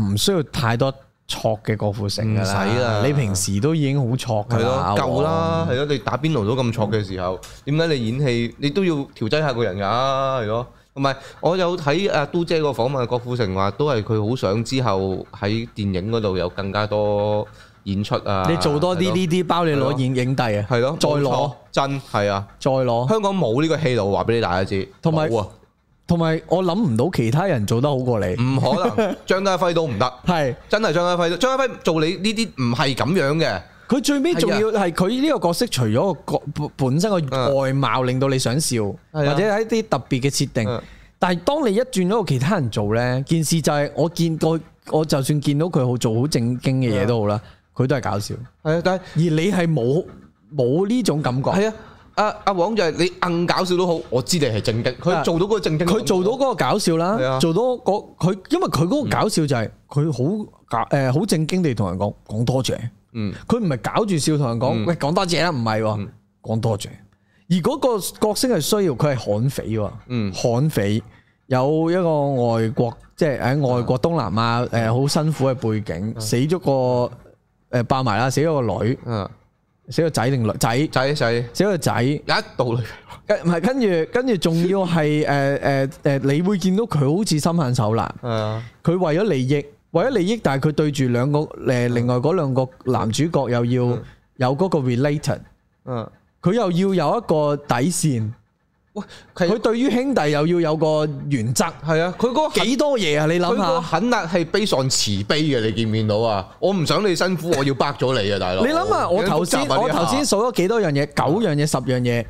唔需要太多挫嘅郭富城噶啦，
唔使啦
你平時都已經好挫噶
係
啦，
咯，
阿王
夠啦，係咯，你打邊爐都咁挫嘅時候，點解你演戲你都要調劑下個人㗎？係咯，同埋我有睇阿都姐個訪問，郭富城話都係佢好想之後喺電影嗰度有更加多演出啊！
你做多啲呢啲包你
係咯
攞影影帝啊，
係咯，
再
冇
攞
錯真係啊！
再攞，
香港冇呢個戲路，話俾你大家知，
同埋
冇啊
同埋我諗唔到其他人做得好過你，
唔可能，張家輝都唔 得，
係
真係張家輝都，張家輝做你呢啲唔係咁樣嘅。
佢最尾仲
係啊啊
要係佢呢個角色，除咗個角本本身個外貌令到你想笑，
係啊
或者係一啲特別嘅設定
嗯，
但係當你一轉咗個其他人做呢件事就係我見過，我就算見到佢好做好正經嘅
啊
嘢都好啦，佢都係搞笑，
係啊，但係
而你係冇冇呢種感覺，
係啊，阿阿黃就係你硬搞笑都好，我知你係正經，
啊
佢做到嗰個正經，
佢做到嗰個搞笑
係
啦，
啊
做到嗰佢，因為佢嗰個搞笑就係佢好搞誒好正經地同人講講多謝。
嗯，
佢唔係搞住笑同人講，
嗯
喂講多謝啦，唔係喎，講多謝。而嗰個角色係需要佢係悍匪喎，
嗯
悍匪有一個外國，即係喺外國東南亞
嗯
誒好辛苦嘅背景，死咗個誒爆埋啦，死咗個女，
啊，
死個仔定女仔，
仔仔一
死咗個仔。
道理，
跟唔係跟住跟住仲要係誒誒誒，你會見到佢好似心狠手辣，
係啊，
佢為咗利益，為咗利益，但係佢對住兩個誒、另外嗰兩個男主角又要有嗰個 related，
嗯，
佢又要有一個底線，
喂，
佢
佢
對於兄弟又要有個原則，
係啊，佢嗰個狠
幾多嘢啊？你
佢
諗
嗰個
下，
狠辣係悲上慈悲嘅，你見唔見到啊？我唔想你辛苦，我要掰咗你啊，大佬！
你諗下，我頭先我頭先數咗幾多樣嘢，九樣嘢，十樣嘢，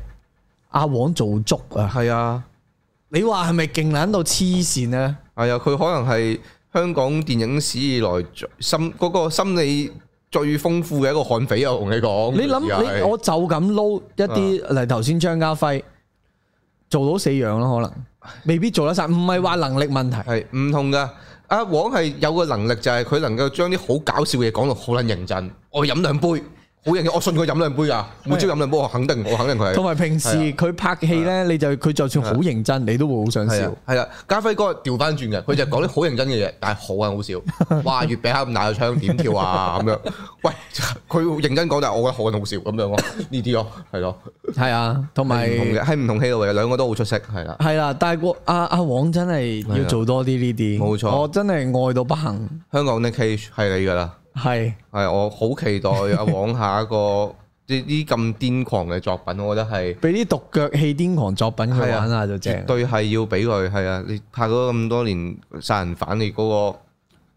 阿黃做足啊！
係啊。
你話係咪勁撚到黐線啊？
係啊，佢可能係香港電影史以來最心嗰、個心理最豐富嘅一個悍匪啊！我同你講，
你諗
而家
你
係
我就咁撈一啲，例如頭先張家輝做到四樣咯，可能未必做得晒，唔係話能力問題。
係唔同噶。阿黃係有個能力就係佢能夠將啲好搞笑嘅嘢講到好撚認真。我飲兩杯，好認真，我信佢飲兩杯啊！每朝飲兩杯，我肯定，我肯定佢係
同埋平時
係
佢拍戲咧，你就佢就算好認真，你都會好想
係
笑
啊。，係啊，家輝哥調翻轉嘅，佢就講啲好認真嘅嘢，但係好啊好笑。哇，月餅盒咁大個槍點跳啊咁樣。喂，佢認真講，但係我覺得好撚好笑咁樣咯。呢啲咯，係咯。
係啊，同埋
係唔同嘅，係唔同戲路嚟嘅，兩個都好出色，係啦，
係啦，但係個阿阿黃真係要做多啲呢啲，
冇錯
我真係愛到不行，
香港 Nick Cage 係你噶啦，
係
係我好期待 阿黃下一個呢啲咁癲狂嘅作品，我覺得係
俾啲獨腳戲癲狂作品佢
係啊
玩下就正
絕。對係要俾佢，係啊，你拍咗咁多年殺人犯，你嗰個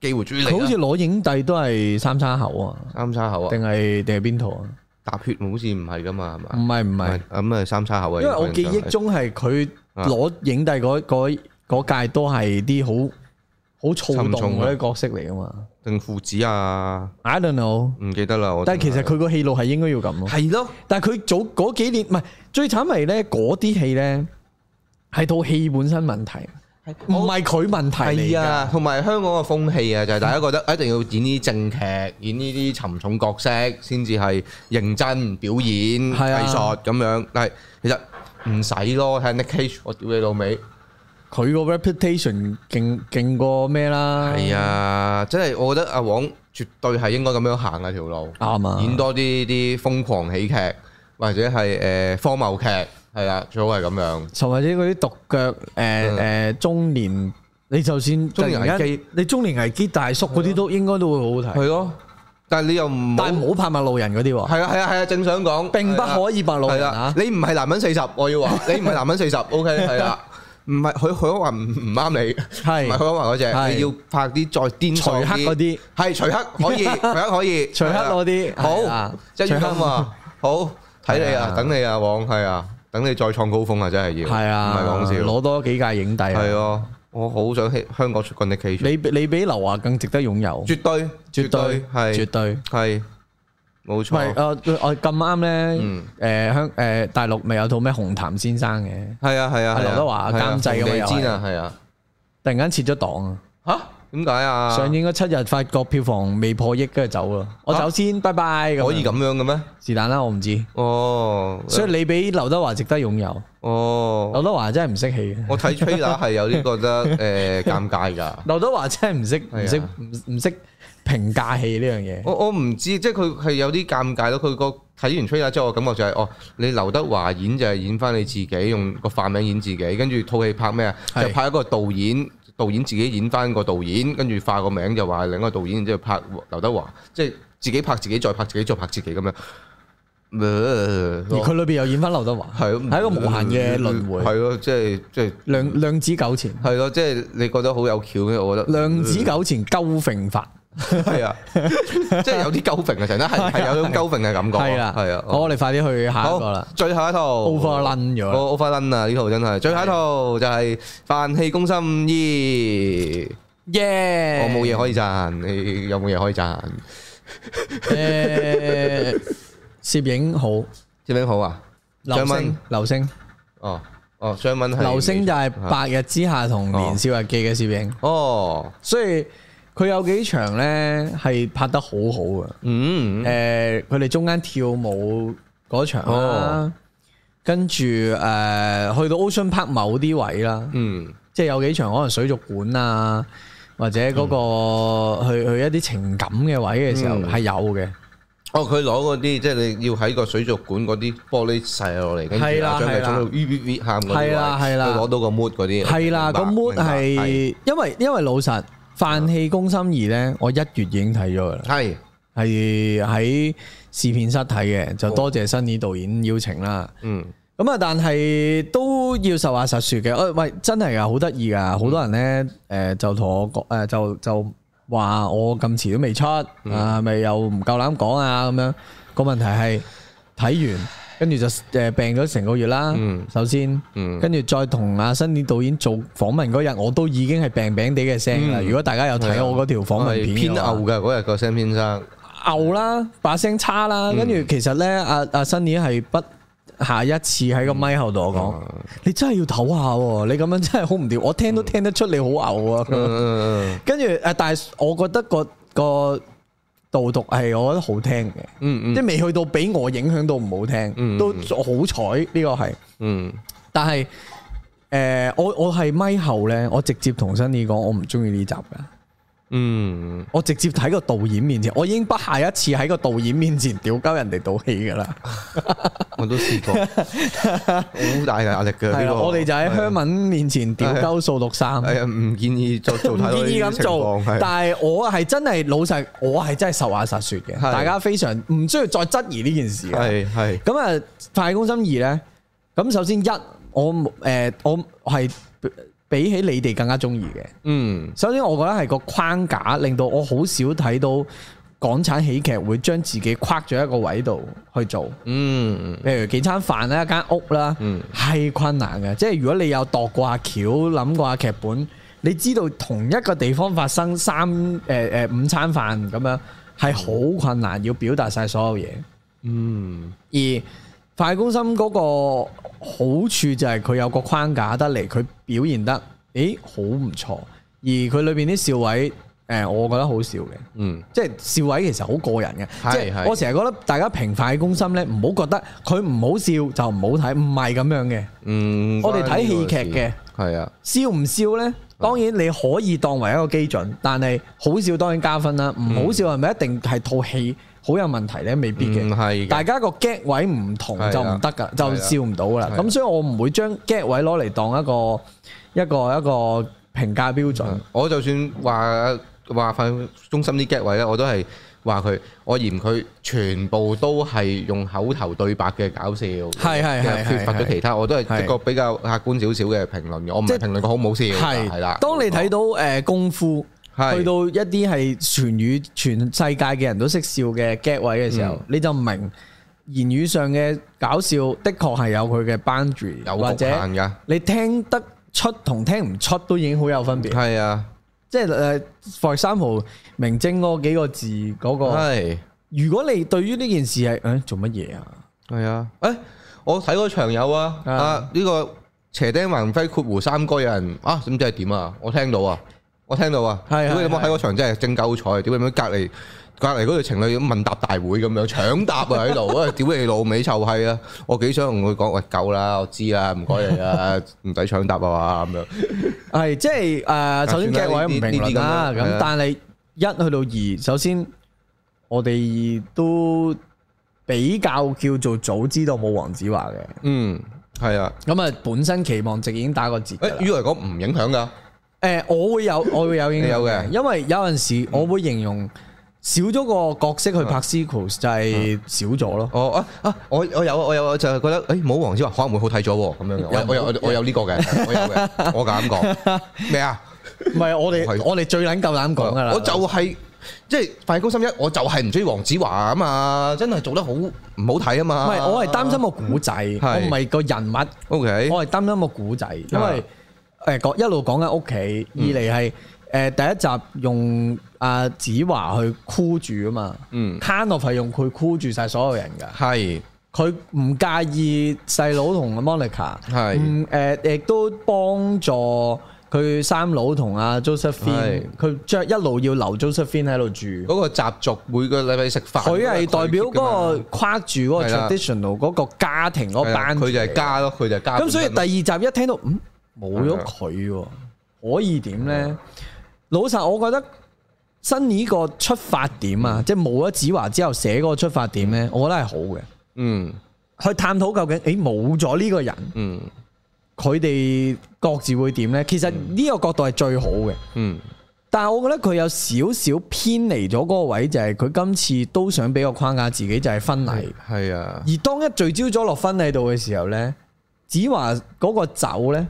機會主
佢好似
嚟啦，
攞影帝都係三叉口啊，
三叉口啊
定，係定係邊套啊？
踏血好似唔係噶嘛，係
唔
嘛？
係唔係。
咁啊，三叉口啊，
因為我記
印象係
憶中係佢攞影帝嗰嗰嗰屆都係啲好好躁動嗰啲角色嚟噶嘛。
定父子啊，
I don't know，
唔記得啦，我
但係其實佢個戲路係應該要咁咯。
係咯，
但係佢早嗰幾年唔係最慘係咧，嗰啲戲咧係套戲本身問題，唔係嗯佢問題嚟
係
㗎。
啊，同埋香港嘅風氣啊，就係大家覺得一定要演呢啲正劇，演呢啲沉重角色，先至係認真表演
係啊
藝術咁樣。但係其實唔使咯，睇下 Nick Cage，我屌你老味。
佢個 reputation 勁勁過咩啦？
係啊，真係我覺得阿黃絕對係應該咁樣行啊條路，
啱啊！
演多啲啲瘋狂喜劇或者係誒呃荒謬劇，係啊，最好係咁樣。
就或者嗰啲獨腳誒誒中年，你就算
中年危機
突然間，你中年危機大叔嗰啲都應該都會好好睇，
係咯，但係你又唔好
但係唔好拍麥路人嗰啲喎，
係啊係啊係啊，正想講
並不
係啊
可以麥路
係
人
啦
啊，，
你唔係男人四十，我要 話你唔係男人四十，OK 係啦，唔係佢佢可能話唔唔啱你，唔係佢
啊係
可能話嗰
係
只，你要拍啲再癲
徐
狂
克嗰
啲，
啲，
係徐克可 以，徐克可以，
徐克嗰啲係
好
啊，
即係
徐克
咁啊，好睇你
係啊
啊，等你啊，王係啊，等你再創高峰啊，真係要，
係
唔
啊，
係講笑，
攞多幾屆影帝啊，
係啊，我好想希香港出個 Nick Cage，
你比你比劉華更值得擁有，
絕對
絕對絕
係哦
對。
係冇
唔係
錯，
誒，我咁啱
嗯
咧，誒香呃誒大陸咪有套咩《紅毯先生》嘅，
係啊係啊，
係劉德華
係啊
監製㗎嘛
紅地
又係
氈啊，係啊，
突然間撤咗檔啊！
吓？點解啊？
上映嗰七日，發覺票房未破億，跟住走啦。我走先，拜拜咁樣。
啊可以咁樣嘅咩？
是但啦，我唔知。
哦，
所以你比劉德華值得擁有，
哦，
劉德華真係唔識氣嘅。
我 睇 trailer 係有啲覺得誒呃尷尬㗎。
劉德華真係唔識
係啊
唔識唔唔識評價戲呢樣嘢。
我我唔知，即係啊佢係有啲尷尬咯。佢個睇完 trailer 之後，我感覺就係、哦，你劉德華演就係演翻你自己，用個化名演自己，跟住套戲拍咩啊？
係
就拍一個導演，導演自己演翻個導演，跟住化個名就話係另一個導演，然之後拍劉德華，即係自己拍自己，再拍自己，再拍自己咁樣。呃
而佢裏邊又演翻劉德華，
係咯啊嗯
係一個無限嘅輪迴
係咯，即係即係
量量子糾纏，
係咯，即係你覺得好有橋嘅，我覺得
量子糾纏鳩揈法
係啊，即係有啲鳩揈嘅成日係係有種鳩揈嘅感覺，
係啦，
係啊，
好，我哋快啲去下一個
好
啦，
最後一套
Overrun 咗啦
好 Overrun 啊！呢套真係最後一套就係《飯氣攻心二》，
耶！
我冇嘢可以讚，你有冇嘢可以讚？
誒，攝影好，
知唔知好啊？
流
張
星
蚊，
流星，
哦哦，張文係
流星就係《白日之下》同《年少日記》嘅攝影，
哦，
所以佢有幾場咧係拍得好好嘅。
嗯
誒，呃佢哋中間跳舞嗰場啦
哦，
跟住誒去到 Ocean Park 某啲位啦，
嗯
即係有幾場可能水族館啊，或者嗰個去去一啲情感嘅位嘅時候
嗯
係有嘅。
哦，佢攞嗰啲即係你要喺個水族館嗰啲玻璃射落嚟，跟住
係啦
將
係
佢
啦
將佢 V V V 喊嗰啲位，
係啦係啦
佢攞到個 mood 嗰啲，
係
明白
啦，個 mood
明白
係因為因為老實《泛氣攻心二》呢，我一月已經睇咗噶啦，
係
係喺試片室睇嘅，就多謝新呢導演邀請啦。
嗯
咁啊，但係都要實話實說嘅。誒、喂，真係噶，好得意噶，好多人呢，誒、就同我講，誒、就就話我咁遲都未出，啊，係咪又唔夠膽講啊咁樣。個問題係睇完，跟住就誒病咗成個月啦。
嗯
首先。
嗯
跟住再同阿新年導演做訪問嗰日，我都已經係病病地嘅聲啦。
嗯
如果大家有睇我嗰條訪問
係
片啊
偏
嘅話，
牛嘅嗰日個 Sam 先生。
牛啦，把聲差啦，
嗯
跟住其實呢，阿阿新年係不下一次喺個
嗯
咪後度我講，
啊
你真係要唞下喎，你咁樣真係好唔掂，我聽都聽得出你好牛啊。
嗯
跟住誒，但係我覺得個個導讀係我覺得好聽嘅，
嗯
即
嗯
係未去到俾我影響到唔好聽，
嗯
都好彩呢個係。
嗯
但係诶、呃我我系咪後咧，我直接同新宇講，我唔中意呢集噶。
嗯，
我直接喺個導演面前，我已經不下一次喺個導演面前屌鳩人哋賭氣噶啦。
我都 試過，好大嘅壓力嘅。
係
呢
啦，
個
我哋就喺香文面前屌鳩數六三，
啊係啊，唔建議再做
唔
太
建
多呢
議
啲
咁
情
做
況。。係
但係我係真係老實，我係真係實話實說嘅，
係
大家非常唔需要再質疑呢件事嘅。
係係
咁啊，《太空心二》咧，咁首先一我誒、呃我係比比起你哋更加中意嘅。
嗯
首先，我覺得係個框架令到我好少睇到港產喜劇會將自己框咗一個位度去做，
嗯
譬如幾餐飯啦、一間屋啦，
嗯
係、困難嘅。即係如果你有度過下橋、諗過下劇本，你知道同一個地方發生三誒誒、呃五餐飯咁樣係好困難，要表達晒所有嘢。
嗯
而快攻心嗰個好處就係佢有個框架得嚟，佢表現得誒好唔錯，而佢裏邊啲笑位誒、我覺得好笑嘅。
嗯
即係笑位其實好過人嘅，
係
即係
係
我成日覺得大家評快攻心呢，唔好覺得佢唔好笑就唔好睇，唔係咁樣嘅。
嗯，
我哋睇戲劇嘅
係啊，
笑唔笑呢？
哦
當然你可以當為一個基準，但係好笑當然加分啦，
嗯
唔好笑係咪一定係套戲好有問題呢？未必嘅。
嗯係
大
嘅，
家個 get 位唔同
係啦啊
就唔得噶，就
係啦
笑唔到噶啦。
係啦啊
咁所以我唔會將 get 位攞嚟當一個一個一個評價標準。
我就算話話份中心啲 get 位咧，我都係話佢，我嫌佢全部都係用口頭對白嘅搞笑，
係係係係
缺乏咗其他，我都係一個比較客觀少少嘅評論嘅，我唔係
即
評論佢好唔好笑，
係
係啦。
當你睇到誒功夫
係
去到一啲係全語全世界嘅人都識笑嘅 get 位嘅時候
嗯，
你就明言語上嘅搞笑的確係有佢嘅 boundary，或
有局
者
限㗎，
你聽得出同聽唔出都已經好有分別。
係啊，
即係誒，for example，明晶嗰幾個字嗰個。
係
如果你對於呢件事係，誒、做乜嘢啊？
係啊，誒，我睇嗰場有啊，
啊
啊呢個斜釘橫飛括弧三哥有人啊，咁即係點啊？我聽到啊，我聽到啊，
係係
屌你冇
係
喺嗰場真係正夠彩，屌你媽隔離隔離嗰對情侶問答大會咁樣搶答啊喺 度，啊屌你老味臭閪啊！我幾想同佢講喂夠啦，我知啦，唔該你啦，唔使搶答啊嘛咁樣，
係即係誒，首先
算
嘅
啦
位唔
呢啲
評論
呢
啦，
啲咁樣係
咁
啊
但係一去到二，首先我哋都比較叫做早知道冇黃子華嘅，
嗯係啊，
咁啊本身期望值已經打過折㗎
誒
啦。
於我嚟講唔影響㗎，
誒，我會有我會有影響
你有嘅
因為有陣時我會形容少咗個角色去拍 sequels 就係少咗咯。
哦啊啊！我我有啊我有啊，就係覺得誒冇黃子華可能會好睇咗喎咁樣嘅，我我有我我有呢個嘅，我有 嘅，我咁講咩啊？
唔係我哋
係
我哋最撚夠膽講㗎啦。
我就係、即係快高心一，我就係唔中意黃子華啊嘛，真係做得好唔好睇啊
唔
嘛。
係，我係擔心個古仔，我唔嗯係個人物，
O K，
我係擔心個古仔，因為
啊
誒講一路講緊屋企，
嗯
二嚟係誒第一集用阿子華去箍住啊嘛，
嗯，
攤落係用佢箍住晒所有人㗎，
係
佢唔介意細佬同 Monica，
係
嗯誒亦都幫助佢三佬同阿 Josephine，
係
佢將一路要留 Josephine 喺度住。
嗰個習俗每個禮拜食飯，
佢係代表嗰
個
個跨住嗰個
係啦
traditional 嗰個家庭嗰個班，
佢就係。家咯，佢就係家。
咁所以第二集一聽到，嗯，冇咗佢喎，可以點呢？老實，我覺得新呢個出發點啊，即係冇咗子華之後寫嗰個出發點呢，我覺得係好嘅。
嗯
去探討究竟，誒冇咗呢個人，
嗯
佢哋各自會點呢？其實呢個角度係最好嘅。
嗯
但係我覺得佢有少少偏離咗嗰個位，就係佢今次都想俾個框架自己，就係婚禮。
係啊，
而當一聚焦咗落婚禮度嘅時候呢，子華嗰個酒呢，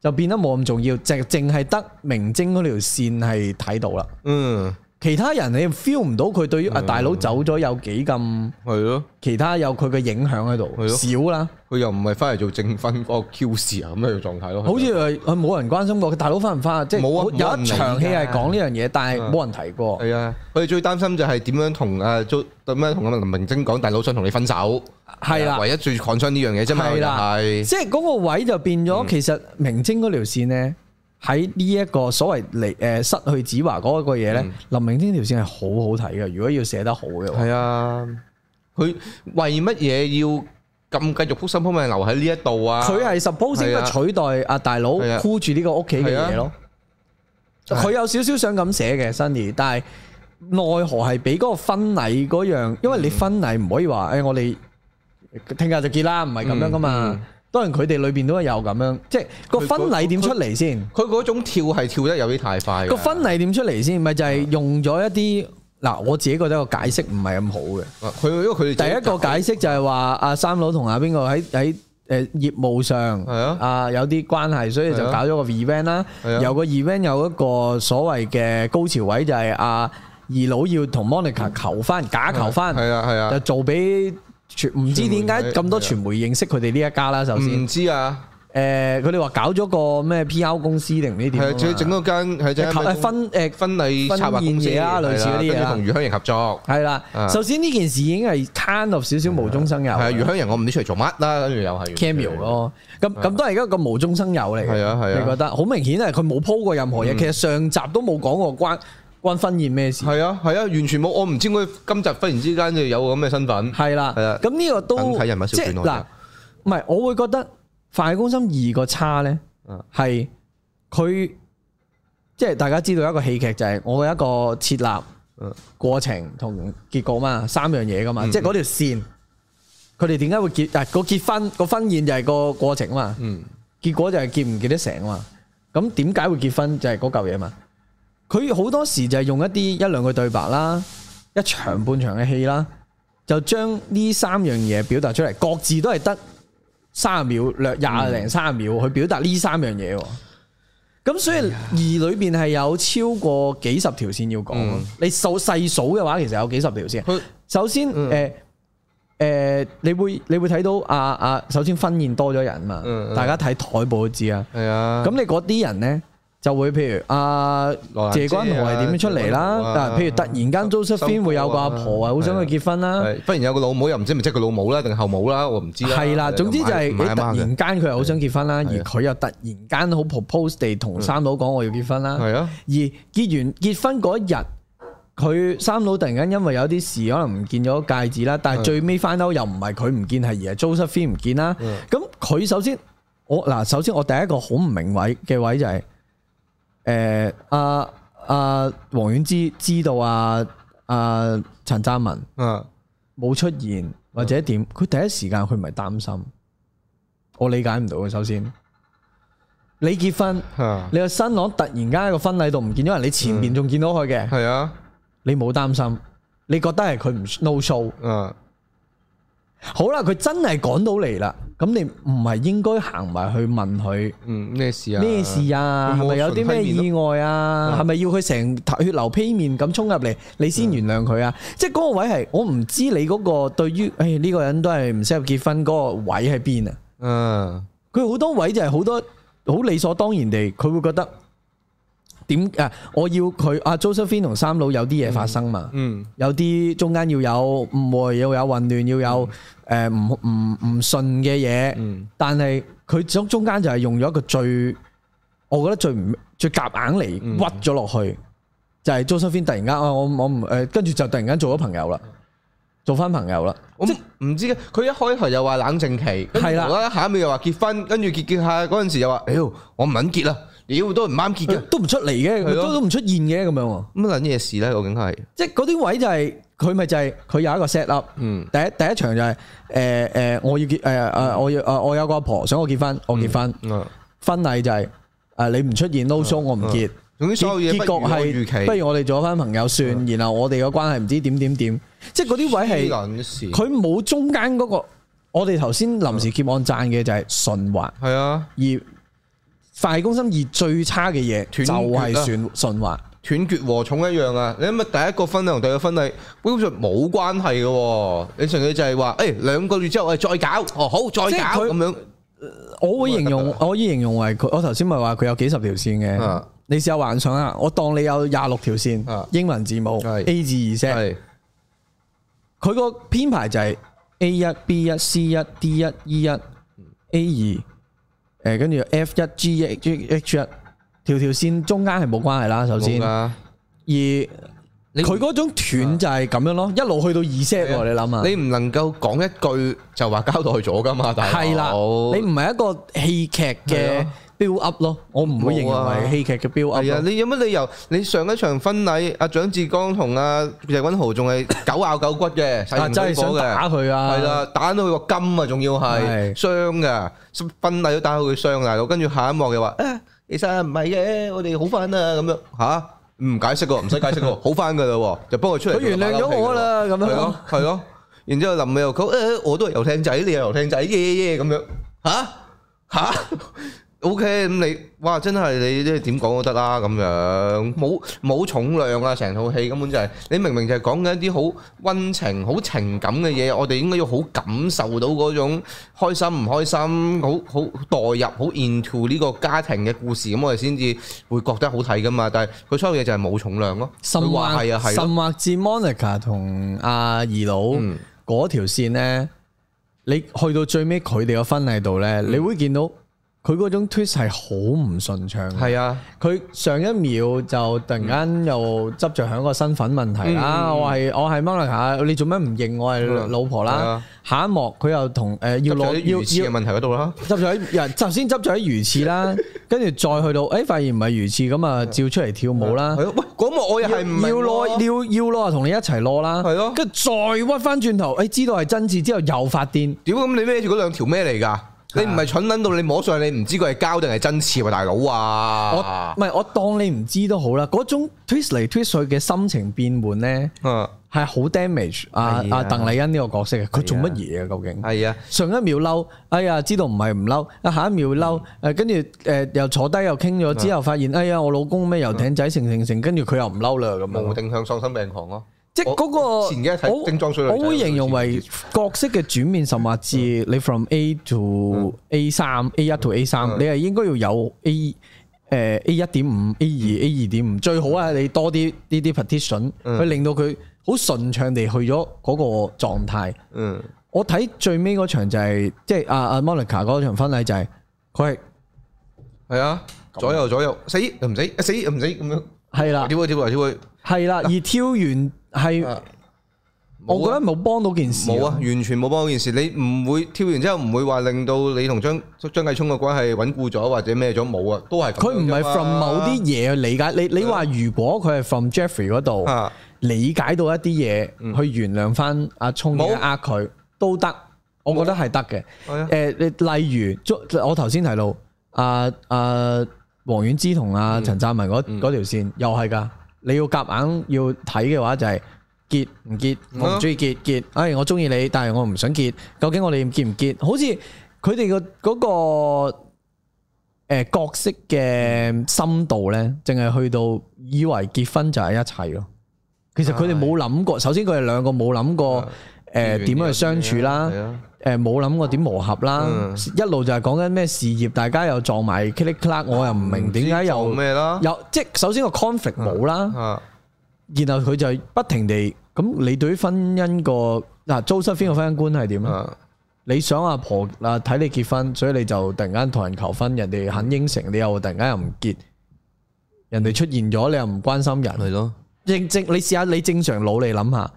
就變得冇咁重要，淨淨係得明晶嗰條線係睇到啦。
嗯
其他人你 feel 唔到佢對於啊大佬走咗有幾咁，
係咯，
其他有佢嘅影響喺度
係啊
少啦。
佢又唔係翻嚟做正婚嗰個 Q 事啊咁樣嘅狀態咯。
好似係係冇人關心過，大佬翻唔翻啊？即係
冇啊
有
冇人
一場戲係講呢樣嘢，但係
嗯
冇人提過。
係啊，佢哋最擔心就係點樣同啊租點樣同阿林明晶講，大佬想同你分手。啊
係啦，
唯一最 concern 呢樣嘢啫嘛，
係啦
係
即係嗰個位就變
嗯
咗，其實明晶嗰條線呢，喺呢一個所謂離誒失去子華嗰個嘢呢，林明晶條線係好好睇嘅。如果要寫得好嘅話，
嗯係啊，佢為乜嘢要咁繼續撲心撲命留喺呢一度啊？
佢係 suppose 應
係
該
啊
取代阿大佬
係啊
箍住呢個屋企嘅嘢
係
咯
啊。係啊
佢有少少想咁寫嘅 Sunny，但係奈何係俾嗰個婚禮嗰樣，因為
嗯
你婚禮唔可以話誒、我哋聽日就結啦，唔係咁樣噶嘛。
嗯嗯
當然佢哋裏邊都有咁樣，即係個
佢
婚
嗰
禮點
佢
出嚟先。
佢嗰種跳係啊跳得有啲太快㗎。
個婚禮點出嚟先？咪就係用咗一啲嗱，我自己覺得個解釋唔係咁好嘅。
佢因為佢哋
第一個解釋就係話阿三佬同阿邊個喺喺誒業務上
係啊
有啲關係，所以就
係啊
搞咗個 event 啦。
係啊
有個 event 有一個所謂嘅高潮位就係阿二佬要同 Monica 求翻假求翻，
嗯係啊係
就
啊，
做俾傳唔知點解咁多傳
傳
媒認識佢哋呢一家啦。首先
唔知啊，
誒，佢哋話搞咗個咩 PR 公司定唔知點啊
係
嘛
佢整嗰間係整
誒
間
婚誒
婚禮策劃公司
婚宴嘢啊類似嗰啲
係
嘢啦
啦跟住同余香瑩合作。
係啦，
啊
首先呢件事已經係 kind of 少少無中生有
係啊，余香瑩我唔知出嚟做乜啦，跟住又係啊
cameo。咯，咁咁都係一個無中生有嚟嘅。
係啊係啊嗯
你覺得好明顯係佢冇鋪過任何嘢，其實上集都冇講過關關婚宴咩事，
係啊係啊，完全冇，我唔知佢今集忽然之間就有咁嘅身份。
係啦
係啊，
咁呢個都
等睇人物
即
小
係
傳我
嗱，唔係我會覺得《快攻心二》個差咧
嗯，
係佢即係大家知道一個戲劇就係我有一個設立。
嗯
過程同結果嘛，三樣嘢噶嘛，即係嗰條線，佢哋點解會結？啊，個結婚個婚宴就係個過程嘛，
嗯
結果就係結唔結得成啊嘛。咁點解會結婚就係嗰嚿嘢嘛？佢好多時就係用一啲一兩句對白啦，一場半場嘅戲啦，就將呢三樣嘢表達出嚟，各自都係得三十秒、略廿零三十秒去表達呢三樣嘢喎。咁所以二裏邊係有超過幾十條線要講咯。
嗯
你數細數嘅話，其實有幾十條線。
佢
首先，誒誒、
嗯
你會你會睇到啊啊，首先婚宴多咗人嘛，
嗯嗯
大家睇台報都知啊。
係啊
咁。你嗰啲人呢，就會譬如阿
羅蘭
謝君
姐啊
豪係點樣出嚟啦，
謝君豪啊
但係譬如突然間
收購
Josephine
啊
會有個阿婆係好想佢結婚啦，
係忽然有個老母又唔知咪即係佢老母啦，定後母啦，我唔知啦。
係啦，總之就係
唔
你
係阿
突
媽嘅
然間佢又好想結婚啦，
係啊嗯
而佢又突然間好 propose 地同三佬講我要結婚啦，
係啊，
而結完結婚嗰一日，佢三佬突然間因為有啲事可能唔見咗戒指啦，但係最尾翻兜又唔係佢唔見，係而係 Josephine 唔見啦
嗯。
咁佢首先我嗱，首先我第一個好唔明位嘅位就係、誒阿阿黃婉之知道啊啊陳湛文
啊
冇出現或者點，佢第一時間佢唔係擔心，我理解唔到嘅。啊首先，你結婚。
啊，
你個新郎突然間喺個婚禮度唔見咗人，你前面仲見到佢嘅，
係啊，
你冇擔心，你覺得係佢唔 no show。
啊
好啦，佢真係趕到嚟啦，咁你唔係應該行埋去問佢
嗯咩事啊？
咩事啊？係咪有啲咩意外啊？
嗯
係咪要佢成頭血流披面咁衝入嚟，你先原諒佢啊？即係嗰個位係我唔知你嗰個對於誒呢個人都係唔適合結婚嗰個位喺邊啊？
嗯？
佢好多位就係好多好理所當然地，佢會覺得點誒、啊我要佢阿、啊 Josephine 同三佬有啲嘢發生嘛，
嗯
有啲中間要有誤會，要有混亂，要有誒唔唔唔順嘅嘢。
嗯
但係佢中中間就係用咗一個最，我覺得最唔最夾硬
嗯
嚟屈咗落去，就係 Josephine 突然間啊，我我唔誒，跟住就突然間做咗朋友
嗯
啦，做翻朋友啦。
我唔唔知嘅，佢一開頭又話冷靜期，跟住
係啦
無啦啦下一秒又話結婚，跟住結結下嗰陣時又話，屌我唔撚結啦，屌都唔啱結嘅，
都唔出嚟嘅，
係咯
都都唔出現嘅咁樣喎。
乜撚嘢事咧？究竟係
即係嗰啲位就係、佢咪就係、佢有一個 set up，
嗯
第一第一場就係誒誒我要結誒誒、呃我要誒、呃我有個阿婆想我結婚，我結婚、
啊？
婚禮就係、呃你唔出現 no show 我唔結，
總之嗯所有嘢
結
不如我預
局係
期，嗯
不如我哋做翻朋友算，然後我哋嘅關係唔知點點點，即係嗰啲
黐
位係
撚事，
佢冇中間嗰、個，我哋頭先臨時結案讚嘅就係順滑，
係啊
而快公心二最差嘅嘢就
斷
係
絕啊
順順滑。
斷絕和重一樣啊！你諗下第一個婚禮同第二個婚禮基本上冇關係嘅喎，你純粹就係話誒兩個月之後我哋再搞，哦好再
即係
搞
佢
咁樣，
我會形容
咁啊得，
我以形容為佢，我頭先咪話佢有幾十條線嘅
啊。
你試下幻想下，我當你有廿六條線
啊，
英文字母
係
A 至 Z，
係
佢個編排就係 A 一、B 一、C 一、D 一、E 一、A 二，誒跟住 F 一、G 一、H H 一，條條線中間係冇關係啦，首先。
冇
而
㗎。你啊
佢嗰種斷就係咁樣咯，一路去到
係
Z
啊
喎，你諗下。
你唔能夠講一句就話交代咗噶嘛，大佬。
係啦，你唔係一個戲劇
係
嘅
啊
build up 咯，我唔會形
冇
容
啊
為戲劇嘅 build up
係
咯
啊，。你有乜理由？你上一場婚禮，阿蔣志剛同阿謝君豪仲係狗咬狗骨嘅，
啊！真係
係
想打佢啊！
係啦，打到佢個金啊，仲要係
係
傷噶，婚禮都打到佢傷大佬。跟住下一幕又話 啊，其實唔係嘅，我哋好翻啦咁樣吓，唔解釋喎，唔使解釋 喎，好翻噶啦喎，就幫佢出嚟。
佢原諒咗我啦咁樣
係咯，係咯。然之後臨尾又講誒，我都係遊艇仔，你係遊艇仔，耶耶咁樣吓吓。O K，咁你哇真係你即係點講都得啦咁樣，冇冇重量啊！成套戲根本就係、你明明就係講緊一啲好温情、好情感嘅嘢，我哋應該要好感受到嗰種開心唔開心，好好代入、好 into 呢個家庭嘅故事，咁我哋先至會覺得好睇噶嘛。但係佢所有嘢就係冇重量咯，
甚
佢
或
話係啊係啊，
甚或至 Monica 同阿二佬
嗯
嗰條線咧，你去到最尾佢哋個婚禮度
嗯
咧，你會見到佢嗰種 twist 係好唔順暢嘅。
係啊，
佢上一秒就突然間又執着喺個身份問題啦，
嗯
我係我係 Monica，你做咩唔認我係
嗯
老婆
係
啦
啊？
下一幕佢又同誒要
要
攞
攞
要
魚翅啊
要
嘅。問題嗰度啦，
執咗喺人，首先執咗喺魚 翅啦，跟住再去到，誒、發現唔係魚翅咁啊，照出嚟跳舞啦
係。咯，喂嗰幕我又
要
係唔明
攞
咯
要要攞啊，同你一齊攞啦。
係咯
跟住再屈翻轉頭，誒知道係真字之後又發癲，
屌咁你孭住嗰兩條咩嚟㗎？你唔係蠢撚到你摸上去，你唔知佢係膠定係真刺喎，大佬
我
啊！
唔係我當你唔知都好啦。嗰種 twist 嚟 twist 去嘅心情變換咧，
嗯，
係好 damage 啊
係啊
啊鄧麗欣呢個角色嘅，佢做乜嘢啊究竟？
係嗯啊，
上一秒嬲，哎呀，知道唔係唔嬲，啊下一秒嬲，誒跟住誒又坐低又傾
嗯
咗之後，發現哎呀我老公咩遊艇仔成成成，跟住佢又唔嬲啦咁
無
樣，
定向喪心病狂咯。
即係嗰
我
個
前幾日睇
我
精裝水女仔
我會形容為
好嗯
角色嘅轉變，甚或至
嗯
你 from A to A 三、A 一 to A 三，你係應該要有 A 诶 A 一點五、A 二、A 二點五，最好啊！你多啲呢啲 petition，
嗯
去令到佢好順暢地去咗嗰個狀態。
嗯
我睇最尾嗰場就係、即係阿阿 Monica 嗰場婚禮就係佢係嗯
係啊，左右左右，死又唔死，死又唔死咁樣，
係啦
跳去啊跳嚟跳去，
係啦，而挑完係
啊
我覺得冇幫到件事。
冇啊，，完全冇幫嗰件事。你唔會跳完之後唔會話令到你同張張繼聰嘅關係穩固咗或者咩咗冇啊，都係咁樣
佢唔係
啫嘛
from 某啲嘢去理解你。你話如果佢係 from Jeffrey 嗰度
啊
理解到一啲嘢，去原諒翻阿聰
嗯冇
嘅呃佢都得，我覺得係得嘅。
係啊
誒，你例如足，我頭先提到阿阿黃遠之同阿
嗯
陳湛文嗰嗰條線，又係㗎。你要夾硬要睇嘅話，就係結唔結，
嗯
我唔中意結結。哎，我中意你，但係我唔想結。究竟我哋結唔結？好似佢哋個嗰個誒角色嘅深度咧，淨係去到以為結婚就係一齊咯。其實佢哋冇諗過，首先佢哋兩個冇諗
啊
過誒點樣去相處啦。
係啊
誒冇諗過點磨合啦，
嗯
一路就係講緊咩事業，大家又撞埋 click click，我又唔明點解
唔知
又
做咩啦？
又即係首先個 conflict 冇啦，
啊，
然後佢就不停地咁，你對於婚姻個嗱 Josephine 個婚姻觀係點咧？
啊
你想阿婆嗱睇你結婚，所以你就突然間同人求婚，人哋肯應承，你又突然間又唔結，人哋出現咗，你又唔關心人。
係咯，
正正，你試下你正常腦嚟諗下，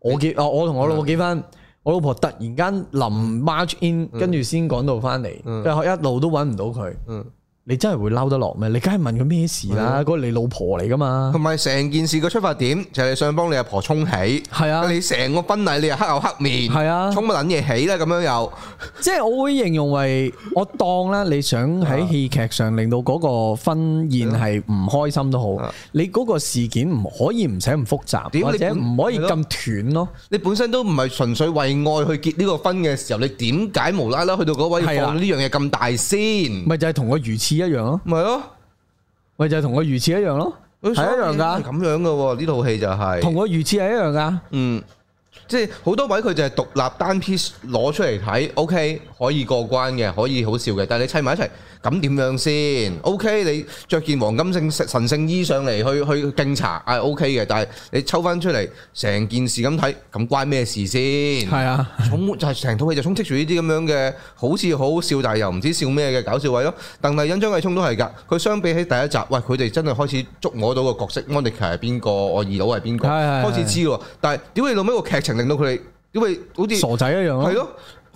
我結啊，我同
嗯
我老婆結婚，我老婆突然間臨 march in，跟住先趕到翻嚟，即係一路都揾唔到佢，
嗯。
你真係會嬲得落咩？你梗係問佢咩事啦，嗰個你老婆嚟噶嘛，
同埋成件事嘅出發點就係你想幫你阿婆沖起，
係啊
你成個婚禮你又黑口黑面，
係啊
沖乜撚嘢起咧咁樣又，
即係我會形容為我當啦，你想
啊
喺戲劇上令到嗰個婚宴係唔開心都好
嗯啊，
你嗰個事件唔可以唔使咁複雜，
屌
或
你
者
本
唔可以
係咯嗯
咁斷咯。
你本身都唔係純粹為愛去結呢個婚嘅時候，你點解無啦啦去到嗰位
係啊
放呢樣嘢咁大先？
咪就係同個魚翅一樣咯，
咪咯，
咪就係同個魚翅一樣咯，係
所以
一樣㗎
係。咁樣嘅喎，呢套戲就係、
同個魚翅係一樣噶，
嗯，即係好多位佢就係獨立單 piece 攞出嚟睇，OK 可以過關嘅，可以好笑嘅，但係你砌埋一齊咁點樣先？OK 你着件黃金聖神聖衣上嚟去去敬茶啊 OK 嘅，但係你抽翻出嚟成件事咁睇，咁關咩事先？
係啊，
充就係成套戲就充斥住呢啲咁樣嘅，好似好好笑，但係又唔知笑咩嘅搞笑位咯。鄧麗欣、張繼聰都係㗎，佢相比起第一集，喂佢哋真係開始捉摸到個角色，安迪奇係邊個，我二佬係邊個，
係係係
開始知喎。但係屌你老尾個劇情令到佢哋，因為好似
傻仔一樣
係
咯，
咯，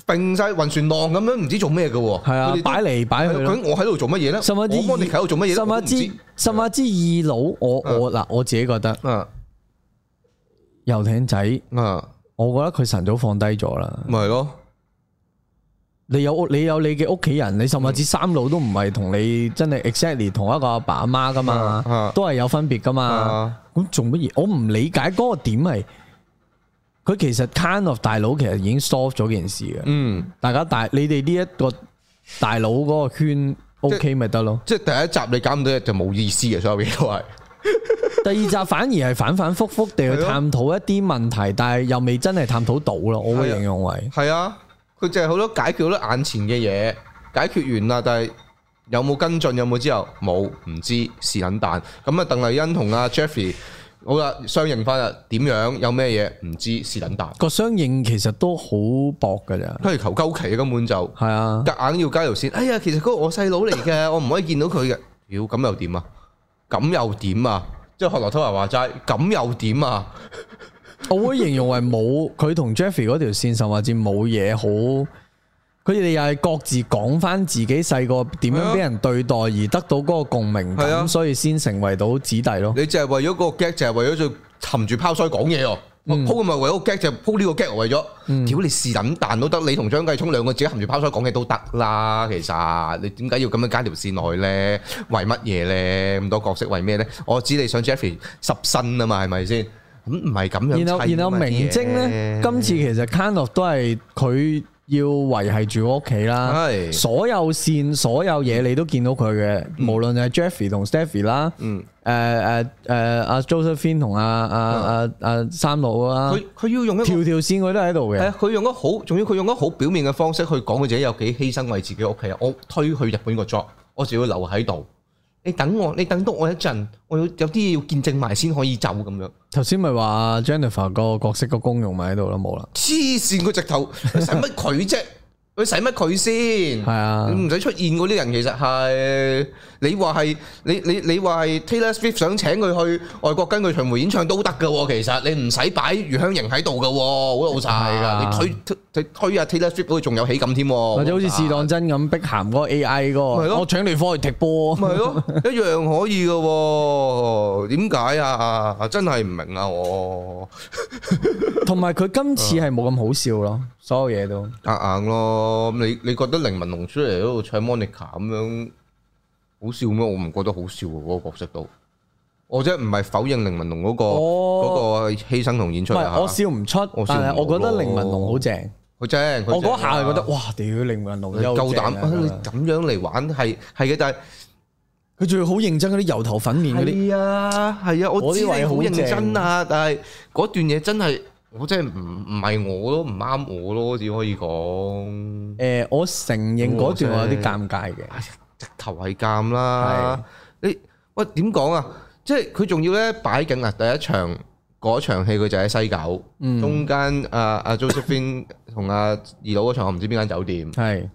揈晒暈船浪咁樣，唔知做咩嘅喎。
係啊
佢哋，都
擺嚟擺去
係咯究
咯，
竟我喺度做乜嘢咧？
甚至
我安迪奇喺度做乜嘢呢我唔
甚
知
至甚至二佬，我
嗯
我嗱我自己覺得
啊
遊艇仔，
啊，
我覺得佢晨早放低咗啦。
咪係咯，
你有你有你嘅屋企人，你甚
嗯
至三老都唔係同你真係 exactly 同一個阿爸阿媽噶
嗯
嘛
嗯，
都係有分別噶嘛。
啊
咁做乜嘢？我唔理解嗰個點係，佢其實 kind of 大佬其實已經 solve 咗件事嘅。
嗯。
大家大你哋呢一個大佬嗰個圈 OK 咪得咯。
即係第一集你搞唔到嘢就冇意思嘅，所有嘢都係。
第二集反而係反反覆覆地去
係咯
探討一啲問題，但係又未真係探討到咯。
啊
我會形容為
係啊，佢就係好多解決好多眼前嘅嘢，解決完啦，但係有冇跟進，有冇之後冇，唔知是撚蛋。咁啊，鄧麗欣同阿 Jeffrey 好啦，相認翻啦，點樣有咩嘢唔知是撚蛋，
個相應其實都好薄㗎咋，
不如求鳩其啊根本就
係啊，
夾硬要加條線。哎呀，其實嗰個我細佬嚟嘅，我唔可以見到佢嘅。屌，咁又點啊？咁又點啊？即係學羅偷華話齋，咁又點啊？
我會形容為冇佢同 Jeffrey 嗰條線，甚至冇嘢好。佢哋又係各自講翻自己細個點
係
樣
啊
俾人對待，而得到嗰個共鳴
係啊
感，所以先成為到姊弟咯。
你就係為咗個 gag，就係為咗做含住拋腮講嘢喎。
嗯
鋪咁咪為咗個 gag，就鋪呢個 gag 為咗。屌你是撚蛋都得，你同張繼聰兩個自己含住拋腮講嘢都得啦。其實你點解要咁樣加條線落去咧？為乜嘢咧？咁多角色為咩咧？我知你想 Jeffrey 濕身啊嘛，係咪先？咁唔係咁樣。
然後然後明晶咧，今次其實 kind of 都係佢要維係住屋企啦，
係嗯
所有線所有嘢你都見到佢嘅，無論係 Jeffrey 同 Stephy 啦，誒誒誒阿 Josephine 同阿阿阿阿三佬啦，
嗯佢佢要用一個
條條線佢都喺度
係
嘅，
啊，佢用咗好，仲要佢用咗好表面嘅方式去講佢自己有幾犧牲為自己屋企啊！我推去日本個 job，我就要留喺度。你等我，你等多我一陣，我要有啲嘢要見證埋先可以走咁樣。
頭先咪話 Jennifer 個角色個功用咪喺度咯，冇啦，
黐線佢直頭，佢使乜佢啫？ 佢使乜佢先？
係啊，
你唔使出現嗰啲人，其實係你話係你你你話係 Taylor Swift 想請佢去外國跟佢巡迴演唱都得㗎喎，其實你唔使擺余香凝喺度㗎喎，好老實
係㗎
㗎。你推推推啊 Taylor Swift 嗰個仲有喜感添喎，
或者好似試當真咁，碧咸嗰個 AI 嗰
哦咪
個，
咯
我搶你科去踢波，
咪係咯，一樣可以嘅喎。點解啊？真係唔明啊！我
同埋佢今次係冇咁好笑咯，所有嘢都
夾硬咯。咁你你覺得凌文龍出嚟喺度唱 Monica 咁樣好笑咩？我唔覺得好笑喎，嗰、個角色都。我即係唔係否認凌文龍嗰、個嗰、
哦
個犧牲同演
唔
出啊
係我笑唔出
我，笑唔
但係我覺
到
得
咯
凌文龍好正，
佢真，佢
我嗰下係覺得
正啊
哇，屌凌文龍
你
真係好
夠
正啊
膽啊！你咁樣嚟玩係係嘅，但係
佢仲要好認真嗰啲油頭粉面嗰啲，
係啊係啊，我
我呢
知你
位
好
好
認
正
真啊，但係嗰段嘢真係我真係唔唔係我咯，唔啱我咯，只可以講
誒，我承認嗰段我有啲尷尬嘅，
直頭係監啦。你喂點講啊？即係佢仲要咧擺緊啊！第一場嗰場戲佢就喺西九，
嗯
中間啊啊 Josephine 同阿二佬嗰場，我唔知邊間酒店
係，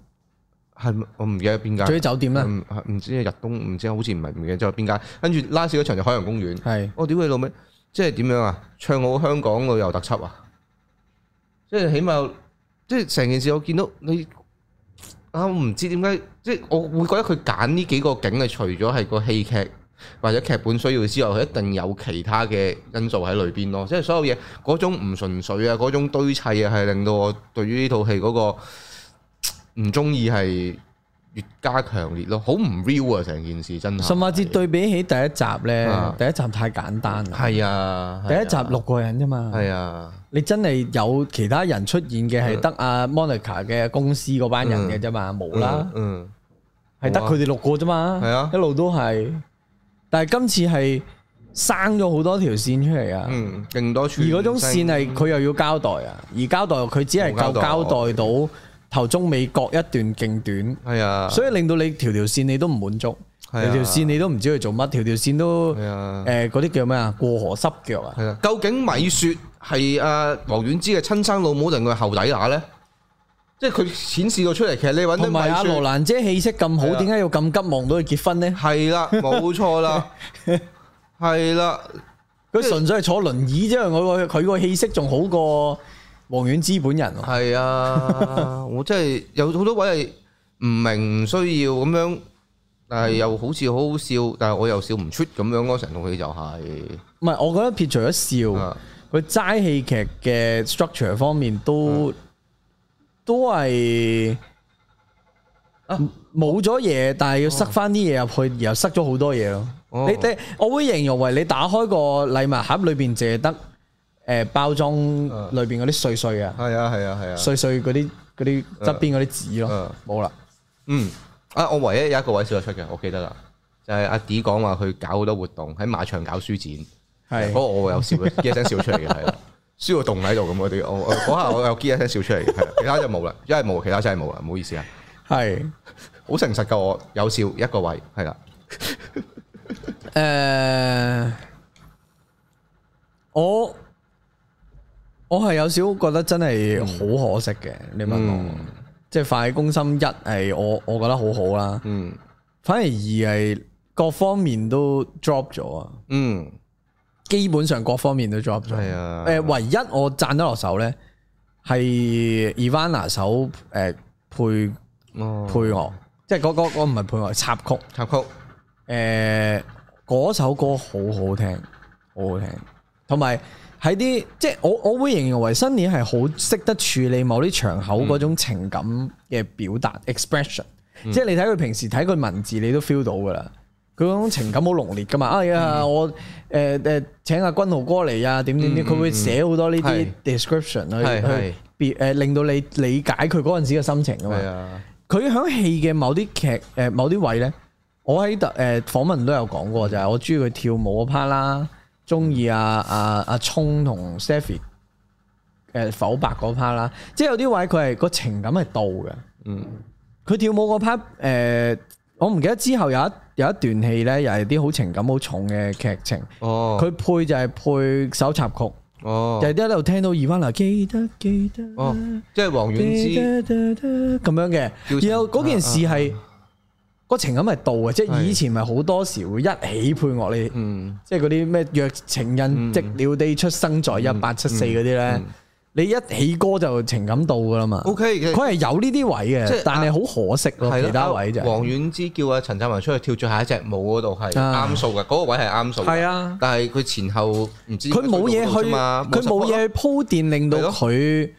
係咪我唔記得邊間
仲。要酒店啦，
唔唔知啊係日東，唔知好似唔係唔記得咗邊間。跟住 last 嗰場就海洋公園。
係
我哦屌你老味，即係點樣啊？唱好香港旅遊特輯啊！即係起碼，即係成件事我見到你啊，我唔知點解，即係我會覺得佢揀呢幾個景係除咗係個戲劇或者劇本需要之外，佢一定有其他嘅因素喺裏邊咯。即係所有嘢嗰種唔純粹啊，嗰種堆砌啊，係令到我對於呢套戲嗰個唔中意係越加強烈咯，好唔 real 啊！成件事真係，
甚至對比起第一集咧
啊，
第一集太簡單啦，
係啊，
第一集
係啊
六個人啫嘛，
係啊，
你真係有其他人出現嘅係得阿 Monica 嘅公司嗰班人嘅啫嘛，冇啦，
嗯，
係得佢哋六個啫嘛，
係啊
一路都係。但係今次係生咗好多條線出嚟啊，
嗯，嗯，勁多處。
而嗰種線係佢又要交代啊，而交代佢只係夠
冇交
交
代
代到頭中尾各一段勁短，
係啊，
所以令到你條條線你都唔滿足，
係
條
啊
條線你都唔知佢做乜，條條線都
係啊，
誒嗰啲叫咩啊？過河濕腳啊！
係啊。究竟米雪係阿黃婉之嘅親生老母定佢後底乸咧？即係佢顯示到出嚟，其實你揾得
同埋阿
米
羅
雪
蘭姐氣色咁好
係，啊
點解要咁急望到佢結婚呢？
係 啦，冇錯啦，係啦，
佢純粹係坐輪椅啫，我個佢個氣色仲好過黃遠之本人喎。
係啊，我真係有好多位係唔明唔需要咁樣，但係又好似好好笑，但係我又笑唔出咁樣咯，成套戲就係、
唔係，我覺得撇除咗笑
啊，
佢齋戲劇嘅 structure 方面都、都係
啊
冇咗嘢，但係要塞翻啲嘢入去，然後塞咗好多嘢咯。
哦
你你，我會形容為你打開個禮物盒裏邊，淨係得誒包裝
啊
裏邊嗰啲碎碎啊，
係啊，係啊，係啊。
碎碎嗰啲嗰啲側邊嗰啲紙咯
啊，
冇啦。
嗯，啊，我唯一有一個位笑得出嘅，我記得啦，就係、阿 D 講話佢搞好多活動喺馬場搞書展，
係
嗰個我有 笑嘅，一聲笑出嚟嘅，係啦，輸個洞喺度咁嗰啲，我 我嗰下我有啲一聲笑出嚟嘅，係啦，其他就冇啦，因為冇，其他真係冇啦，唔好意思啊，
係。
好誠實噶，我有笑一個位，係啦，
誒、呃我我係有少覺得真係好可惜嘅。你問我，
嗯
即係快攻心一係我我覺得好好啦，
嗯
反而二係各方面都 drop 咗啊，
嗯，
基本上各方面都 drop 咗。
係啊
誒、唯一我讚得落手咧係 Ivana 首誒、配
哦
配樂，即係嗰嗰嗰唔係配樂插曲。
插曲，
誒呃嗰、首歌好好聽，好好聽，同埋喺啲即係我我會形容為新年係好識得處理某啲場口嗰種情感嘅表達 expression，、
嗯
即係你睇佢平時睇佢文字你都 feel 到噶啦。佢嗰種情感好濃烈噶
嗯
嘛，哎呀，我誒誒請阿君豪哥嚟啊，點點點，
嗯
佢會寫好多呢啲
係
description
係係
去去別誒令到你理解佢嗰陣時嘅心情噶嘛
係。啊，
佢喺戲嘅某啲劇誒、呃某啲位咧，我喺特誒訪問都有講過，
嗯
就係、我中意佢跳舞嗰 part 啦，中意阿阿阿聰同 Stephy 誒否白嗰 part 啦，即係有啲位佢係個情感係到嘅。
嗯
佢跳舞嗰 part 誒呃我唔記得之後有一有一段戲咧，又係啲好情感好重嘅劇情，
哦，
佢配就係配首插曲，
哦
就，係一路聽到 e v a n 記得記得，
哦，即係黃遠
記
之
得得得咁樣
叫
嘅，
情
然後嗰件事係個情感係到嘅，即係
啊係
以前咪好多時會一起配樂你。
嗯，
即係嗰啲咩若情人即了地出生在一八七
嗯
四嗰啲咧，你一起歌就情感到噶啦嘛。
OK 嘅
佢係有呢啲位
即
嘅
係，啊
但係好可惜
係
咯，
啊
其他
啦，
位就係
黃遠之叫阿陳湛文出去跳最下一隻舞嗰度係
啊
啱數嘅，嗰個位係啱數嘅。
係啊
但係佢前後唔知
佢冇嘢
推到嗰度
去，
啫嘛啊
佢冇嘢去鋪墊，令到
係咯
佢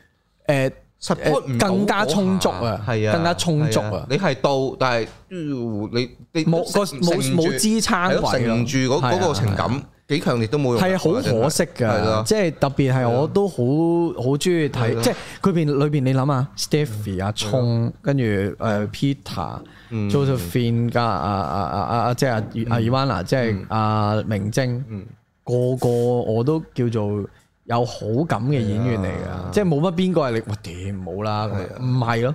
誒
support 唔
誒
到
更加
嗰下
充足啊，
係啊，
更加充足
係
啊，
你係到，但係呃你你
冇個
承
冇
承
冇
住
支撐
係咯
位咯
承住嗰嗰
係
個
啊
情感幾強烈都冇用，啊
係啊好可惜
係
㗎，
咯
即係特別係我都好好中意
係嗯
睇，
啊
即係佢邊裏邊你諗下 Stephy 阿聰，跟住誒 Peter、Josephine
嗯
加啊阿阿阿阿阿即係阿阿 Ivana，即
嗯
係阿明晶，個個我都叫做有好感嘅演員嚟
係啊
㗎，即係冇乜邊個係你哇掂冇啦咁樣，唔係咯，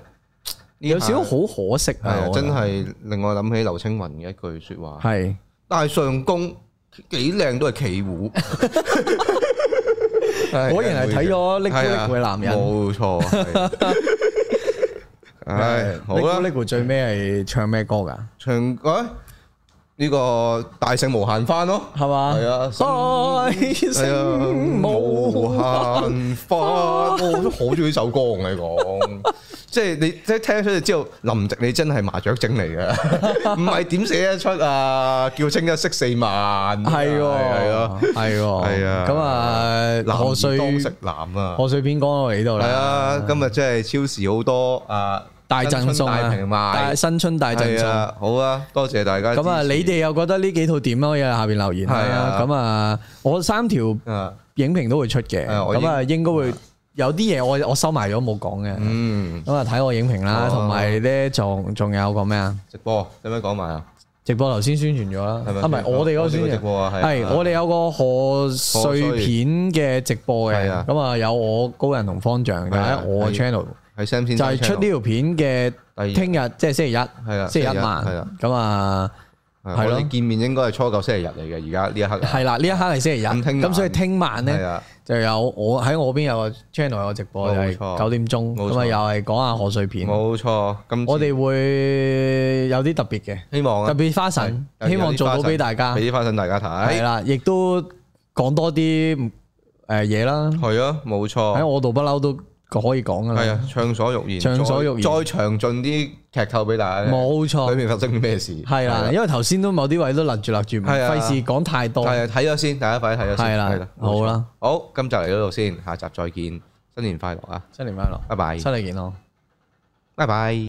呢
有少少
下
好可惜
啊係
啊
啊，，真係令我諗起劉青雲嘅一句説話。
係。
但係上公幾靚都係企虎，
果然係睇咗
拎
拎咕拎咕嘅男人
啊冇錯。係唉， 啊好啦
呢，個最尾係唱咩歌㗎？
唱唉呢個大聖無限翻咯，
係嘛？
係啊
愛
係啊，
情無
無
哎限。
限翻，我都好中意呢首歌，我同你講，即係你即係聽出嚟之後，林夕你真係麻雀精嚟 嘅，唔係點寫得出啊？叫清一色四萬，
系喎，
係啊。
係喎，
係啊
咁啊，
男
賀
兒
歲
當食男啊！
賀歲片講到嚟呢度
係
啦，
啊，今日真係超市好多啊，
大贈送
新春大平
啊，大
賣，
新春大贈
係
送。
啊，好啊，多謝大家支持。
咁啊，你哋又覺得呢幾套點啊？可以喺下邊留言
係
啦。
啊
咁啊，我三條
啊，
影評都會出嘅，
係啊我已
咁啊，應該會有啲嘢我我收埋咗冇講嘅。
嗯，
咁啊，睇我影評啦，
哦
同埋咧仲仲有個咩啊？
直播有咩講埋啊？
直播頭先宣傳咗啦，
係咪
啊唔係我哋嗰個宣
我哋個直
傳
播啊係
係
啊
我哋有個賀歲片嘅直播嘅
係啊，
咁啊有我高人同方丈就
係啊
喺我嘅 channel，
係 Sam 先
就係出呢條片嘅
第二
聽日，即係星期一，
係啊
星期一
星期一係
晚
啊，
咁啊
係
係咯
我哋見面應該係初九星期日嚟嘅，而家呢一刻啊
係啦，呢一刻係星期日，
咁聽晚
咁所以聽晚
係
咧
啊，
就有我喺我邊有個 channel 有個直播，就
冇錯
係九點鐘，
冇錯
咁啊又係講下賀歲片，
冇錯。今次
我哋會有啲特別嘅，
希望啊
特別花神，
係
希望做到俾大家
俾。啲花神大家睇
系。啊啦，亦都講多啲诶嘢啦。
係啊，冇
喺
錯。
我度不嬲都可以講噶
係啊，，
啦
暢所欲言，
暢所欲言
再再詳盡啲劇透俾大家。
冇
裏
錯，
面發生咩事？
係啦，因為頭先都某啲位都勒住勒住，唔
啊係啊
費事講太多。
系啊睇咗先，大家快啲睇咗先。
係啦
係冇
好
錯
啦，
好，今集嚟到度先，下集再見，新年快樂啊，
新年快樂，
拜拜，
身體健康。
拜拜。